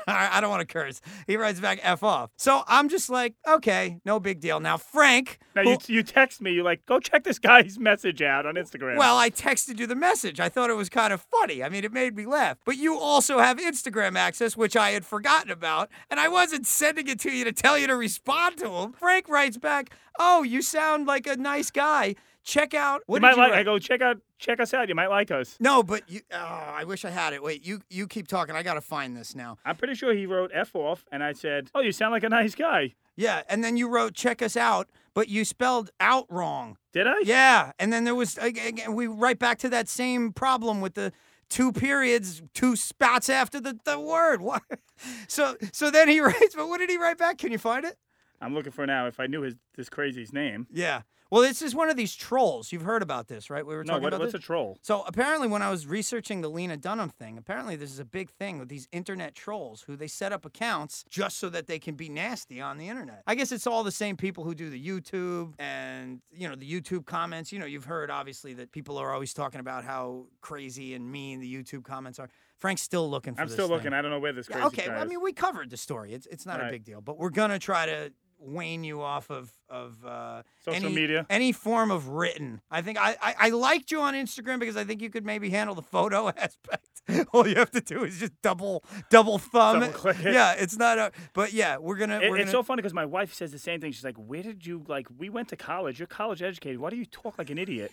Speaker 1: I I don't want to curse. He writes back, F off. So I'm just like, okay, no big deal. Now, Frank.
Speaker 2: Now
Speaker 1: who-
Speaker 2: you you text me. You're like, go check this guy's <laughs> message out on Instagram.
Speaker 1: well, I texted you the message. I thought it was kind of funny. I mean, it made me laugh. But you also have Instagram access, which I had forgotten about, and I wasn't sending it to you to tell you to respond to him. Frank writes back, "Oh, you sound like a nice guy. Check out what did
Speaker 2: you might
Speaker 1: you
Speaker 2: like.
Speaker 1: write?
Speaker 2: I go check out check us out. You might like us.
Speaker 1: No, but you. Oh, I wish I had it. Wait, you you keep talking. I gotta find this now.
Speaker 2: I'm pretty sure he wrote f off, and I said, oh, you sound like a nice guy.
Speaker 1: Yeah, and then you wrote check us out, but you spelled out wrong.
Speaker 2: Did I?
Speaker 1: Yeah, and then there was ag- ag- we right back to that same problem with the two periods, two spots after the, the word. What? <laughs> So so then he <laughs> writes, but what did he write back? Can you find it?
Speaker 2: I'm looking for now. If I knew his this crazy's name.
Speaker 1: Yeah. Well, this is one of these trolls. You've heard about this, right? We were
Speaker 2: No,
Speaker 1: talking
Speaker 2: what,
Speaker 1: about
Speaker 2: what's
Speaker 1: this.
Speaker 2: a troll?
Speaker 1: So apparently, when I was researching the Lena Dunham thing, apparently this is a big thing with these internet trolls who they set up accounts just so that they can be nasty on the internet. I guess it's all the same people who do the YouTube and you know the YouTube comments. You know, you've heard obviously that people are always talking about how crazy and mean the YouTube comments are. Frank's still looking for.
Speaker 2: I'm
Speaker 1: this
Speaker 2: still
Speaker 1: thing.
Speaker 2: looking. I don't know where this
Speaker 1: Yeah,
Speaker 2: crazy
Speaker 1: okay,
Speaker 2: guy
Speaker 1: well, I
Speaker 2: is.
Speaker 1: mean we covered the story. It's it's not a
Speaker 2: Right.
Speaker 1: big deal, but we're gonna try to wane you off of of. Uh,
Speaker 2: Social
Speaker 1: any,
Speaker 2: media.
Speaker 1: any form of written. I think I, I I liked you on Instagram because I think you could maybe handle the photo <laughs> aspect. All you have to do is just double double thumb.
Speaker 2: Double click it.
Speaker 1: Yeah, it's not a. But yeah, we're gonna.
Speaker 2: It-
Speaker 1: we're
Speaker 2: it's
Speaker 1: gonna
Speaker 2: so funny because my wife says the same thing. She's like, "Where did you like? We went to college. You're college educated. Why do you talk like an
Speaker 1: <laughs>
Speaker 2: idiot?"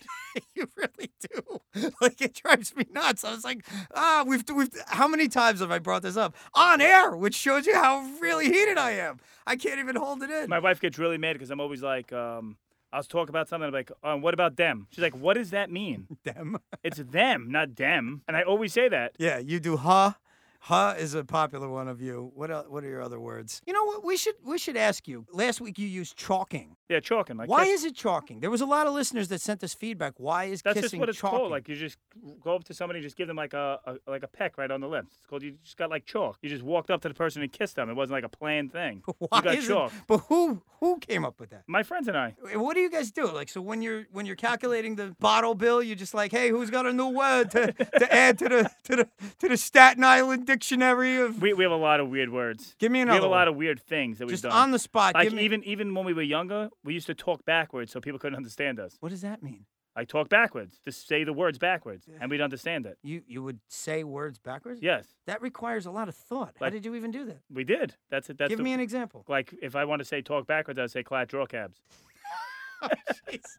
Speaker 1: you really do. <laughs> Like it drives me nuts. I was like, ah, we've we've. How many times have I brought this up on air? Which shows you how really heated I am. I can't even hold it in.
Speaker 2: my wife gets really mad because I'm always like, um, "I was talking about something." I'm like, um, "What about them?" She's like, "What does that mean?
Speaker 1: <laughs> Them.
Speaker 2: It's them, not them." And I always say that.
Speaker 1: Yeah, you do huh. Huh is a popular one of you. What el what are your other words? You know what? We should we should ask you. Last week you used chalking.
Speaker 2: Yeah, chalking. Like,
Speaker 1: Why
Speaker 2: that's,
Speaker 1: is it chalking? There was a lot of listeners that sent us feedback. Why is
Speaker 2: that's just
Speaker 1: kissing
Speaker 2: what it's
Speaker 1: chalking?
Speaker 2: called?
Speaker 1: <laughs>
Speaker 2: Like, you just go up to somebody, and just give them like a, a like a peck right on the lips. It's called. You just got like chalk. You just walked up to the person and kissed them. It wasn't like a
Speaker 1: <laughs>
Speaker 2: planned thing.
Speaker 1: Why
Speaker 2: you got
Speaker 1: is it-
Speaker 2: chalk.
Speaker 1: But who who came up with that?
Speaker 2: My friends and I.
Speaker 1: Wh- What do you guys do? Like so when you're when you're calculating the bottle bill, you're just like, hey, who's got a new word to,
Speaker 2: <laughs>
Speaker 1: to add to the to the to the Staten Island dictionary of
Speaker 2: We, we have a lot of weird words.
Speaker 1: Give me
Speaker 2: We have
Speaker 1: another
Speaker 2: a
Speaker 1: one.
Speaker 2: lot of weird things that we've
Speaker 1: just
Speaker 2: done.
Speaker 1: on the spot.
Speaker 2: like
Speaker 1: give me,
Speaker 2: even even when we were younger, we used to talk backwards so people couldn't understand us.
Speaker 1: what does that mean?
Speaker 2: Like talk backwards, just say the words backwards, and we'd understand it.
Speaker 1: You you would say words backwards?
Speaker 2: Yes,
Speaker 1: That requires a lot of thought. How
Speaker 2: Like-
Speaker 1: did you even do that?
Speaker 2: we did. That's it. That's
Speaker 1: Give
Speaker 2: the,
Speaker 1: me an example. <laughs>
Speaker 2: like if I want to say talk backwards, I'd say clat draw cabs.
Speaker 1: Jesus.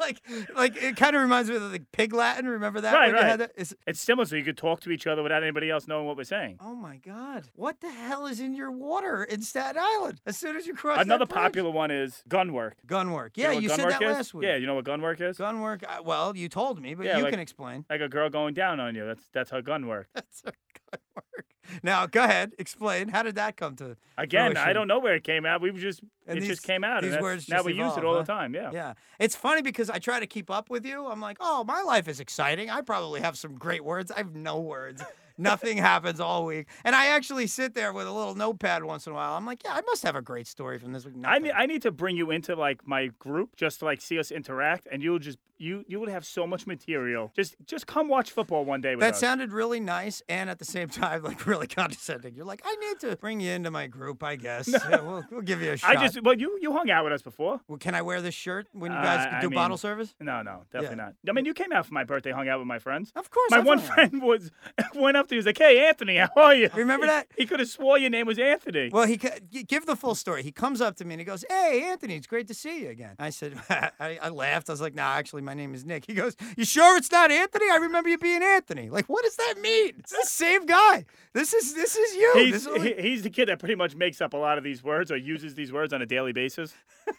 Speaker 1: like, like it kind of reminds me of like pig Latin. Remember that?
Speaker 2: Right,
Speaker 1: when you had
Speaker 2: right.
Speaker 1: that? It's-
Speaker 2: It's similar, so you could talk to each other without anybody else knowing what we're saying.
Speaker 1: oh my God! What the hell is in your water in Staten Island? As soon as you cross that
Speaker 2: Another
Speaker 1: bridge?
Speaker 2: popular one is gun work.
Speaker 1: gun work.
Speaker 2: You know
Speaker 1: Yeah,
Speaker 2: what
Speaker 1: you
Speaker 2: gun
Speaker 1: said
Speaker 2: work
Speaker 1: that
Speaker 2: is?
Speaker 1: last week.
Speaker 2: Yeah, you know what gun work is?
Speaker 1: Gun work. I, well, you told me, but
Speaker 2: Yeah,
Speaker 1: you
Speaker 2: like-
Speaker 1: can explain. <laughs>
Speaker 2: Like a girl going down on you. That's that's her gun work.
Speaker 1: That's a gun work. Now go ahead, explain. How did that come to?
Speaker 2: Again, I
Speaker 1: Fruition.
Speaker 2: don't know where it came out. We were just
Speaker 1: And
Speaker 2: it
Speaker 1: these-
Speaker 2: just came out. and
Speaker 1: these
Speaker 2: that's-
Speaker 1: words
Speaker 2: now
Speaker 1: just
Speaker 2: we use it
Speaker 1: evolve,
Speaker 2: all
Speaker 1: huh?
Speaker 2: the time. Yeah.
Speaker 1: Yeah, it's funny because I try to keep up with you. I'm like, oh, my life is exciting. I probably have some great words. I have no words. Nothing <laughs> happens all week, and I actually sit there with a little notepad once in a while. I'm like, yeah, I must have a great story from this week.
Speaker 2: I
Speaker 1: Nothing.
Speaker 2: need, I need to bring you into like my group just to like see us interact, and you'll just you you will have so much material. Just just come watch football one day with
Speaker 1: that
Speaker 2: us.
Speaker 1: sounded really nice, and at the same <laughs> time, like really condescending. You're like, I need to bring you into my group,
Speaker 2: <laughs>
Speaker 1: I guess. Yeah, we'll, we'll give you a
Speaker 2: I
Speaker 1: shot.
Speaker 2: just well you you hung out with us before.
Speaker 1: Well, can I wear this shirt when you
Speaker 2: Uh,
Speaker 1: guys
Speaker 2: I
Speaker 1: do bottle
Speaker 2: mean-
Speaker 1: service?
Speaker 2: No, no, definitely not. I mean, you came out for my birthday, hung out with my friends.
Speaker 1: Of course.
Speaker 2: My
Speaker 1: I've
Speaker 2: one
Speaker 1: hung out.
Speaker 2: friend was <laughs> went up to you, was like, "Hey, Anthony, how are you?"
Speaker 1: Remember
Speaker 2: He-
Speaker 1: that?
Speaker 2: He could have swore your name was Anthony.
Speaker 1: Well, he co- g- give the full story. He comes up to me and he goes, "Hey, Anthony, it's great to see you again." I said, <laughs> I, I laughed. I was like, "No, actually, my name is Nick." He goes, "You sure it's not Anthony? I remember you being Anthony." Like, what does that mean? It's the same guy. This is this is you. This
Speaker 2: he's
Speaker 1: is what we-
Speaker 2: he- he's the kid that pretty much makes up a lot of these words or uses these words on a daily basis. <laughs>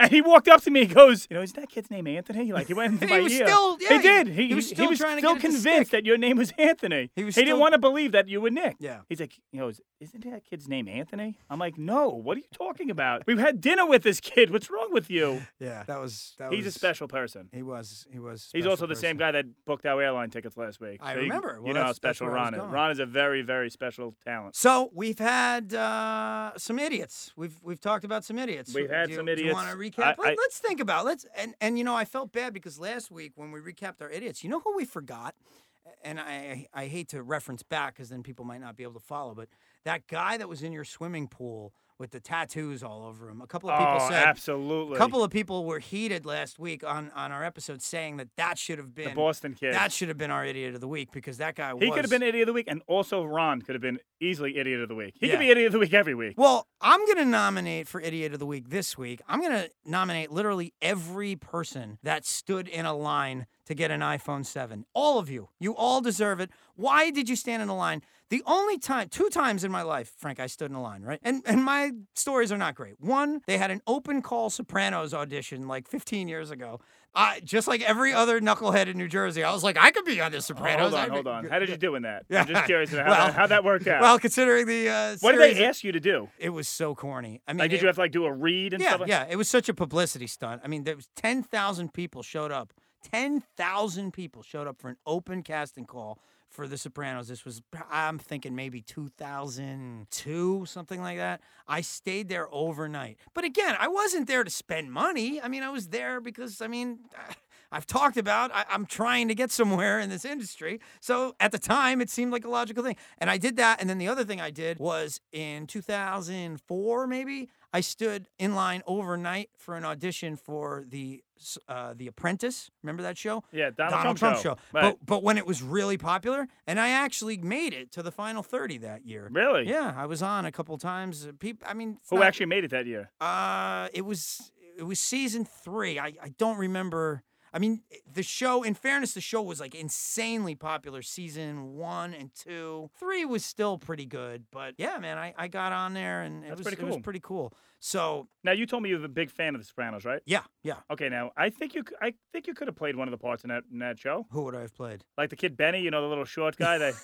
Speaker 2: And he walked up to me and goes, You know, is that kid's name Anthony? Like,
Speaker 1: <laughs>
Speaker 2: he went into
Speaker 1: He
Speaker 2: my
Speaker 1: was
Speaker 2: ear.
Speaker 1: still- yeah,
Speaker 2: he did. He,
Speaker 1: he was still trying to get
Speaker 2: still
Speaker 1: it to
Speaker 2: convinced
Speaker 1: stick.
Speaker 2: that your name was Anthony.
Speaker 1: He was still-
Speaker 2: didn't want to believe that you were Nick.
Speaker 1: Yeah.
Speaker 2: He's like, You know, is, isn't that kid's name Anthony? I'm like, No, what are you talking about? We've had dinner with this kid. What's wrong with you?
Speaker 1: yeah, that was that
Speaker 2: He's
Speaker 1: was,
Speaker 2: a special person.
Speaker 1: He was he was.
Speaker 2: He's
Speaker 1: special
Speaker 2: also the
Speaker 1: person.
Speaker 2: same guy that booked our airline tickets last week.
Speaker 1: I
Speaker 2: So you-
Speaker 1: remember.
Speaker 2: You,
Speaker 1: Well,
Speaker 2: know how
Speaker 1: that's- that's
Speaker 2: special
Speaker 1: where I was
Speaker 2: Ron is.
Speaker 1: going.
Speaker 2: Ron is a very, very special talent.
Speaker 1: So we've had uh, some idiots. We've we've talked about some idiots.
Speaker 2: We've had some
Speaker 1: Do you want
Speaker 2: idiots.
Speaker 1: to recap.
Speaker 2: I-
Speaker 1: Let,
Speaker 2: I-
Speaker 1: us think about let's and and you know I felt bad because last week when we recapped our idiots, you know who we forgot, and I I, I hate to reference back because then people might not be able to follow, but that guy that was in your swimming pool with the tattoos all over him. A couple of people
Speaker 2: oh,
Speaker 1: said.
Speaker 2: absolutely.
Speaker 1: A couple of people were heated last week on, on our episode saying that that should have
Speaker 2: the
Speaker 1: been
Speaker 2: Boston kid.
Speaker 1: that should have been our idiot of the week because that guy was
Speaker 2: he could have been idiot of the week, and also Ron could have been easily idiot of the week. He
Speaker 1: Yeah.
Speaker 2: could be idiot of the week every week.
Speaker 1: Well, I'm going to nominate for Idiot of the Week this week. I'm going to nominate literally every person that stood in a line to get an iPhone 7. All of you. You all deserve it. Why did you stand in a line? The only time, two times in my life, Frank, I stood in a line, right? And and my stories are not great. One, they had an open call Sopranos audition like 15 years ago. I just like every other knucklehead in New Jersey, I was like, I could be on the Sopranos.
Speaker 2: Oh, hold on,
Speaker 1: I'd be
Speaker 2: hold on.
Speaker 1: good."
Speaker 2: How did you do in that?
Speaker 1: Yeah.
Speaker 2: I'm just
Speaker 1: <laughs>
Speaker 2: curious about how,
Speaker 1: Well-
Speaker 2: that, how that worked out.
Speaker 1: Well, considering the uh,
Speaker 2: what did
Speaker 1: series-
Speaker 2: they ask you to do?
Speaker 1: It was so corny. I mean,
Speaker 2: Like,
Speaker 1: it-
Speaker 2: did you have to like do a read and
Speaker 1: yeah,
Speaker 2: stuff? Like?
Speaker 1: yeah. It was such a publicity stunt. I mean, there was ten thousand people showed up. Ten thousand people showed up for an open casting call for The Sopranos. This was, I'm thinking, maybe two thousand two, something like that. I stayed there overnight, but again, I wasn't there to spend money. I mean, I was there because, I mean. I've talked about I, I'm trying to get somewhere in this industry. So at the time, it seemed like a logical thing. And I did that. And then the other thing I did was in 2004, maybe, I stood in line overnight for an audition for the s- uh, The Apprentice. Remember that show?
Speaker 2: Yeah, Donald, Right.
Speaker 1: But, but when it was really popular, and I actually made it to the final 30 that year.
Speaker 2: really?
Speaker 1: Yeah, I was on a couple times. People, I mean, it's
Speaker 2: Who
Speaker 1: not-
Speaker 2: actually made it that year?
Speaker 1: uh, it was it was season three. I, I don't remember. I mean, the show. In fairness, the show was like insanely popular. Season one and two, three was still pretty good. But yeah, man, I, I got on there and it
Speaker 2: That's
Speaker 1: was
Speaker 2: pretty
Speaker 1: it was
Speaker 2: cool.
Speaker 1: pretty cool. So
Speaker 2: Now you told me you were a big fan of The Sopranos, right?
Speaker 1: yeah, yeah.
Speaker 2: Okay, now I think you c- I think you could have played one of the parts in that in that show,
Speaker 1: Who would I have played?
Speaker 2: like the kid Benny, you know, the little short guy that
Speaker 1: <laughs>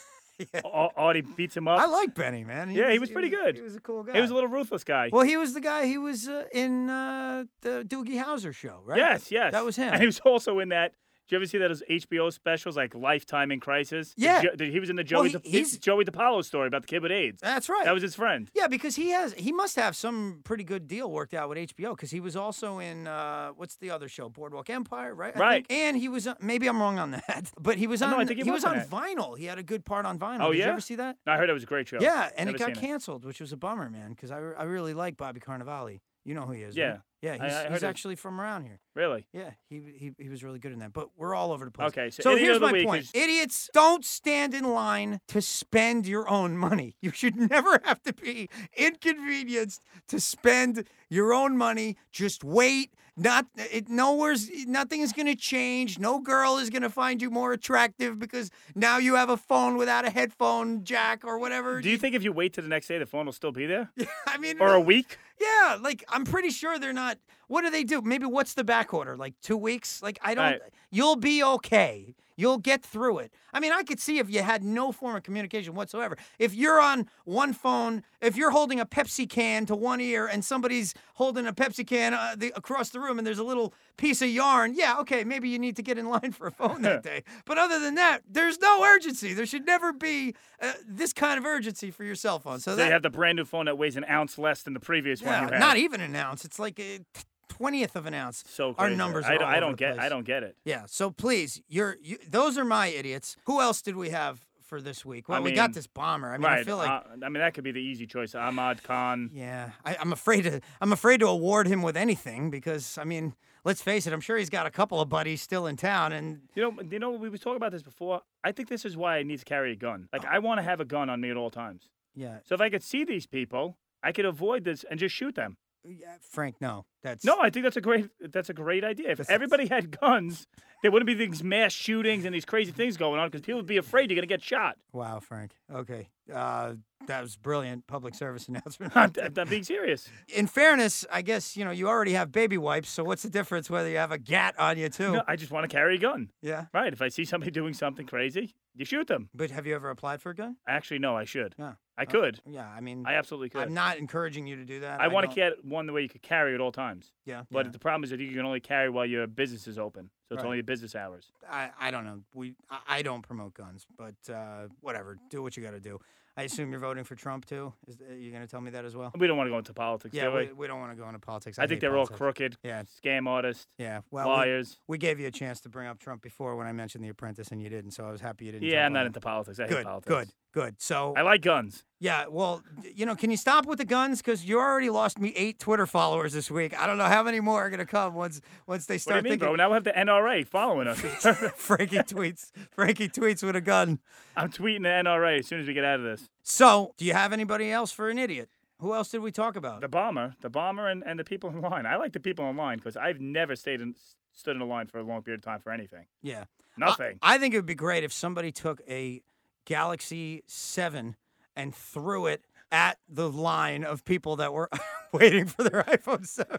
Speaker 1: Yeah.
Speaker 2: Ar- Artie beats him up.
Speaker 1: I like Benny, man.
Speaker 2: Uh, Yeah, he was pretty good.
Speaker 1: He was a cool guy.
Speaker 2: he was a little ruthless guy.
Speaker 1: well, he was the guy. He was uh, in uh, the Doogie Howser show, right?
Speaker 2: Yes, yes,
Speaker 1: That was him.
Speaker 2: And he was also in that. Did you ever see that his HBO specials like Lifetime in Crisis? The
Speaker 1: Yeah.
Speaker 2: Jo- the- he was in the Joey
Speaker 1: he-
Speaker 2: De-
Speaker 1: he's-
Speaker 2: Joey DiPaolo story about the kid with AIDS.
Speaker 1: That's right.
Speaker 2: That was his friend.
Speaker 1: Yeah, because he has he must have some pretty good deal worked out with HBO because he was also in uh, what's the other show Boardwalk Empire, right? I think.
Speaker 2: Right.
Speaker 1: And he was on- maybe I'm wrong on that, <laughs> but he was
Speaker 2: Uh,
Speaker 1: on
Speaker 2: no, I think he
Speaker 1: was,
Speaker 2: was
Speaker 1: on
Speaker 2: in it.
Speaker 1: vinyl. He had a good part on vinyl.
Speaker 2: Oh,
Speaker 1: Did you
Speaker 2: yeah?
Speaker 1: ever see that?
Speaker 2: No, I heard it was a great show.
Speaker 1: yeah, and it
Speaker 2: never
Speaker 1: got
Speaker 2: seen it.
Speaker 1: canceled, which was a bummer, man, because I, re- I really like Bobby Carnivale. You know who he is,
Speaker 2: Yeah.
Speaker 1: right? Yeah, he's,
Speaker 2: I heard
Speaker 1: he's
Speaker 2: it.
Speaker 1: actually from around here.
Speaker 2: Really?
Speaker 1: Yeah, he, he he was really good in that. But we're all over the place.
Speaker 2: Okay, so
Speaker 1: so
Speaker 2: idiot
Speaker 1: here's
Speaker 2: of the
Speaker 1: my
Speaker 2: week
Speaker 1: point:
Speaker 2: is-
Speaker 1: idiots don't stand in line to spend your own money. <laughs> You should never have to be inconvenienced to spend your own money. Just wait. Not it. Nowhere's nothing is going to change. No girl is going to find you more attractive because now you have a phone without a headphone jack or whatever.
Speaker 2: Do you think if you wait to the next day, the phone will still be there,
Speaker 1: <laughs> I mean,
Speaker 2: or
Speaker 1: <laughs>
Speaker 2: a week?
Speaker 1: yeah, like I'm pretty sure they're not. What do they do? Maybe what's the back order? Like two weeks? Like I don't.
Speaker 2: Right.
Speaker 1: You'll be okay. You'll get through it. I mean, I could see if you had no form of communication whatsoever. If you're on one phone, if you're holding a Pepsi can to one ear and somebody's holding a Pepsi can uh, the, across the room and there's a little piece of yarn, yeah, okay, maybe you need to get in line for a phone that day. But other than that, there's no urgency. There should never be uh, this kind of urgency for your cell phone. So
Speaker 2: They
Speaker 1: that,
Speaker 2: have the brand new phone that weighs an ounce less than the previous one you
Speaker 1: yeah,
Speaker 2: had.
Speaker 1: not e-, even an ounce. It's like a twentieth of an ounce.
Speaker 2: so
Speaker 1: our
Speaker 2: crazy.
Speaker 1: numbers
Speaker 2: I
Speaker 1: are
Speaker 2: don't,
Speaker 1: all
Speaker 2: I
Speaker 1: over
Speaker 2: don't
Speaker 1: the
Speaker 2: get. I
Speaker 1: place.
Speaker 2: don't get it.
Speaker 1: Yeah. So please, you're you, those are my idiots. Who else did we have for this week? Well, we got
Speaker 2: mean,
Speaker 1: this bomber. I mean,
Speaker 2: right.
Speaker 1: I feel like.
Speaker 2: uh, I mean, that could be the easy choice. Ahmad Khan.
Speaker 1: yeah, I, I'm afraid to. I'm afraid to award him with anything because I mean, let's face it. I'm sure he's got a couple of buddies still in town, and
Speaker 2: You know, you know, we were talking about this before. I think this is why I need to carry a gun. Like, I want to have a gun on me at all times.
Speaker 1: yeah,
Speaker 2: So if I could see these people, I could avoid this and just shoot them.
Speaker 1: yeah, uh, Frank. No, that's
Speaker 2: No, I think that's a great that's a great idea. If
Speaker 1: That's-
Speaker 2: everybody had guns, there wouldn't be these mass shootings and these crazy things going on because people would be afraid you're gonna get
Speaker 1: <laughs>
Speaker 2: shot.
Speaker 1: Wow, Frank. Okay, uh, that was brilliant public service <laughs>
Speaker 2: <laughs>
Speaker 1: announcement.
Speaker 2: I'm, I'm being serious.
Speaker 1: in fairness, I guess you know you already have baby wipes, so what's the difference whether you have a gat on you too?
Speaker 2: No, I just want to carry a gun.
Speaker 1: Yeah.
Speaker 2: Right. If I see somebody doing something crazy, you shoot them.
Speaker 1: But have you ever applied for a gun?
Speaker 2: Actually, no, I should.
Speaker 1: Yeah.
Speaker 2: I could.
Speaker 1: Yeah, I mean,
Speaker 2: I absolutely could.
Speaker 1: I'm not encouraging you to do that.
Speaker 2: I want to
Speaker 1: don't-
Speaker 2: get one the way you could carry at all times.
Speaker 1: Yeah,
Speaker 2: But
Speaker 1: yeah.
Speaker 2: the problem is that you can only carry while your business is open. So it's
Speaker 1: Right.
Speaker 2: only business hours.
Speaker 1: I, I don't know. We I, I don't promote guns, but uh, whatever. Do what you got to do. I assume you're voting for Trump too. Is are you going to tell me that as well?
Speaker 2: We don't want to go into politics.
Speaker 1: Yeah,
Speaker 2: do we?
Speaker 1: we, we don't want to go into politics.
Speaker 2: I think
Speaker 1: hate
Speaker 2: they're all
Speaker 1: politics.
Speaker 2: crooked,
Speaker 1: Yeah,
Speaker 2: scam artists,
Speaker 1: yeah. Well, we,
Speaker 2: liars.
Speaker 1: we gave you a chance to bring up Trump before when I mentioned The Apprentice, and you didn't. So I was happy you didn't.
Speaker 2: Yeah,
Speaker 1: jump
Speaker 2: I'm
Speaker 1: on
Speaker 2: not
Speaker 1: it.
Speaker 2: into politics. I hate
Speaker 1: Good,
Speaker 2: politics.
Speaker 1: good, good. So
Speaker 2: I like guns.
Speaker 1: yeah, well, d- you know, can you stop with the guns? Because you already lost me eight Twitter followers this week. I don't know how many more are going to come once once they
Speaker 2: What do you
Speaker 1: start
Speaker 2: mean,
Speaker 1: thinking. <laughs>
Speaker 2: bro? Now we have the NRA following us. <laughs>
Speaker 1: Frankie tweets. Frankie tweets with a gun.
Speaker 2: I'm tweeting the NRA as soon as we get out of this.
Speaker 1: So, do you have anybody else for an idiot? Who else did we talk about?
Speaker 2: The bomber, the bomber, and, and the people in line. I like the people in line because I've never stayed in, stood in a line for a long period of time for anything.
Speaker 1: yeah. I-
Speaker 2: Nothing.
Speaker 1: I, think it would be great if somebody took a Galaxy 7 and threw it at the line of people that were <laughs> waiting for their iPhone 7.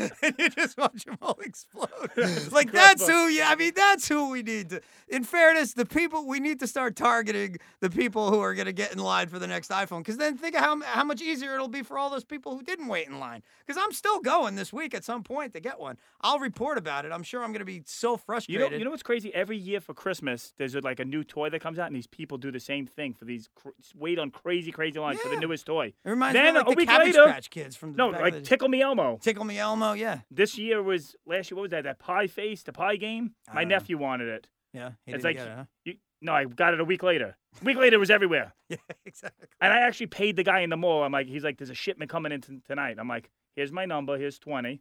Speaker 1: <laughs> and you just watch them all
Speaker 2: <laughs>
Speaker 1: explode. like that's who yeah, I mean that's who we need to in fairness, the people we need to start targeting the people who are gonna get in line for the next iPhone. Cause then think of how how much easier it'll be for all those people who didn't wait in line. Cause I'm still going this week at some point to get one. I'll report about it. I'm sure I'm gonna be so
Speaker 2: you
Speaker 1: frustrated.
Speaker 2: know, you know what's crazy? Every year for Christmas, there's a, like a new toy that comes out, and these people do the same thing for these cr- wait on crazy, crazy lines for
Speaker 1: Yeah.
Speaker 2: the newest toy.
Speaker 1: It reminds
Speaker 2: Then
Speaker 1: me of like
Speaker 2: a
Speaker 1: the
Speaker 2: week
Speaker 1: Cabbage
Speaker 2: later-
Speaker 1: Patch Kids from the
Speaker 2: No,
Speaker 1: back of
Speaker 2: like
Speaker 1: the-
Speaker 2: Tickle Me Elmo.
Speaker 1: Tickle Me Elmo. Yeah,
Speaker 2: This year was last year. What was that? That pie face, the pie game.
Speaker 1: I
Speaker 2: My
Speaker 1: don't know.
Speaker 2: nephew wanted it.
Speaker 1: yeah. He didn't
Speaker 2: It's like-
Speaker 1: get it, huh? <laughs>
Speaker 2: You, no, I got it a week later. A week later, it was everywhere.
Speaker 1: yeah, exactly.
Speaker 2: And I actually paid the guy in the mall. I'm like, he's like, there's a shipment coming in t- tonight. I'm like, here's my number. Here's 20.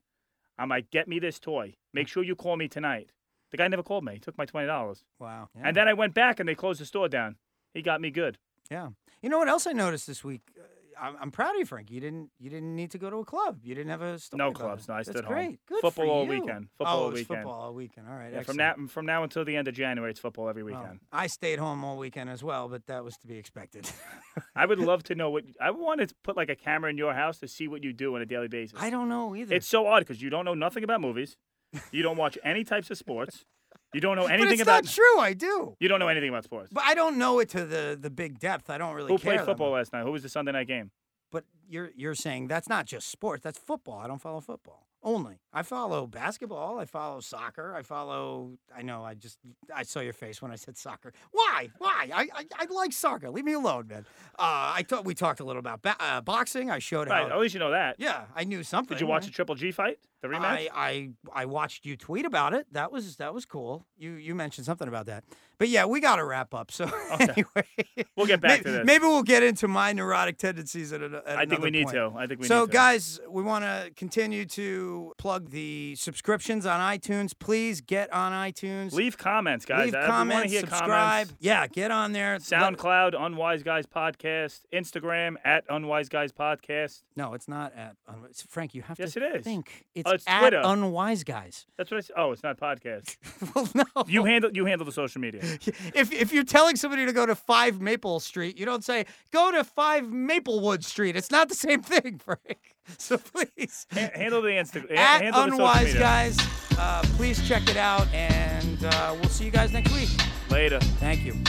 Speaker 2: I'm like, get me this toy. Make sure you call me tonight. The guy never called me. He took my twenty dollars.
Speaker 1: Wow. Yeah.
Speaker 2: And then I went back and they closed the store down. He got me good.
Speaker 1: yeah. You know what else I noticed this week? Uh, I'm, I'm proud of you, Frank. You didn't. You didn't need to go to a club. You didn't have a story
Speaker 2: No
Speaker 1: about
Speaker 2: clubs.
Speaker 1: it.
Speaker 2: No, I
Speaker 1: Oh That's
Speaker 2: stood home.
Speaker 1: great. Good
Speaker 2: Football
Speaker 1: for
Speaker 2: all
Speaker 1: you.
Speaker 2: weekend.
Speaker 1: oh,
Speaker 2: Football all
Speaker 1: it was
Speaker 2: weekend.
Speaker 1: football all weekend. All right.
Speaker 2: Yeah, from
Speaker 1: excellent.
Speaker 2: now from now until the end of January, it's football every
Speaker 1: Well,
Speaker 2: weekend.
Speaker 1: I stayed home all weekend as well, but that was to be
Speaker 2: <laughs>
Speaker 1: expected.
Speaker 2: I would love to know what I want to put like a camera in your house to see what you do on a daily basis.
Speaker 1: I don't know either.
Speaker 2: It's so odd because you don't know nothing about movies, you don't watch any types of sports, you don't know
Speaker 1: but
Speaker 2: anything
Speaker 1: it's
Speaker 2: about
Speaker 1: not true. I do,
Speaker 2: you don't know anything about sports.
Speaker 1: but I don't know it to the the big depth. I don't really
Speaker 2: Who
Speaker 1: care.
Speaker 2: played
Speaker 1: that
Speaker 2: football
Speaker 1: much.
Speaker 2: last night? Who was the Sunday night game?
Speaker 1: But you're you're saying that's not just sports. That's football. I don't follow football only. I follow basketball. I follow soccer. I follow. I know. I just I saw your face when I said soccer. Why? Why? I I, I like soccer. Leave me alone, man. Uh, I thought we talked a little about ba- uh, boxing. I showed how.
Speaker 2: Right, at least you know that.
Speaker 1: Yeah, I knew something.
Speaker 2: Did you watch
Speaker 1: right?
Speaker 2: the Triple G fight, the rematch?
Speaker 1: I, I I watched you tweet about it. That was that was cool. You you mentioned something about that. But yeah, we got to wrap up. So <laughs>
Speaker 2: Okay.
Speaker 1: anyway,
Speaker 2: We'll get back
Speaker 1: maybe,
Speaker 2: to this.
Speaker 1: maybe we'll get into my neurotic tendencies at, an, at
Speaker 2: I think
Speaker 1: another
Speaker 2: we need
Speaker 1: point.
Speaker 2: to. I think we
Speaker 1: so
Speaker 2: need to.
Speaker 1: guys, we want to continue to plug the subscriptions on iTunes. Please get on iTunes.
Speaker 2: leave comments, guys.
Speaker 1: Leave
Speaker 2: I want to
Speaker 1: comments,
Speaker 2: hear
Speaker 1: subscribe.
Speaker 2: comments.
Speaker 1: Yeah, get on there. Let-
Speaker 2: SoundCloud, Unwise Guys Podcast, Instagram at Unwise Guys Podcast.
Speaker 1: no, it's not at un- it's- Frank. You have
Speaker 2: Yes,
Speaker 1: to
Speaker 2: it is.
Speaker 1: think. It's,
Speaker 2: Oh, it's
Speaker 1: at
Speaker 2: Twitter.
Speaker 1: unwise guys. <laughs>
Speaker 2: That's what I said. Oh, it's not podcast.
Speaker 1: well, no. <laughs>
Speaker 2: You handle you handle the social media.
Speaker 1: if if you're telling somebody to go to Five Maple Street, you don't say go to Five Maplewood Street. It's not the same <laughs> thing, Frank. So please,
Speaker 2: Ha- handle the Instagram.
Speaker 1: at
Speaker 2: handle the social
Speaker 1: Unwise
Speaker 2: media.
Speaker 1: Guys, uh, please check it out, and uh, we'll see you guys next week.
Speaker 2: Later.
Speaker 1: Thank you.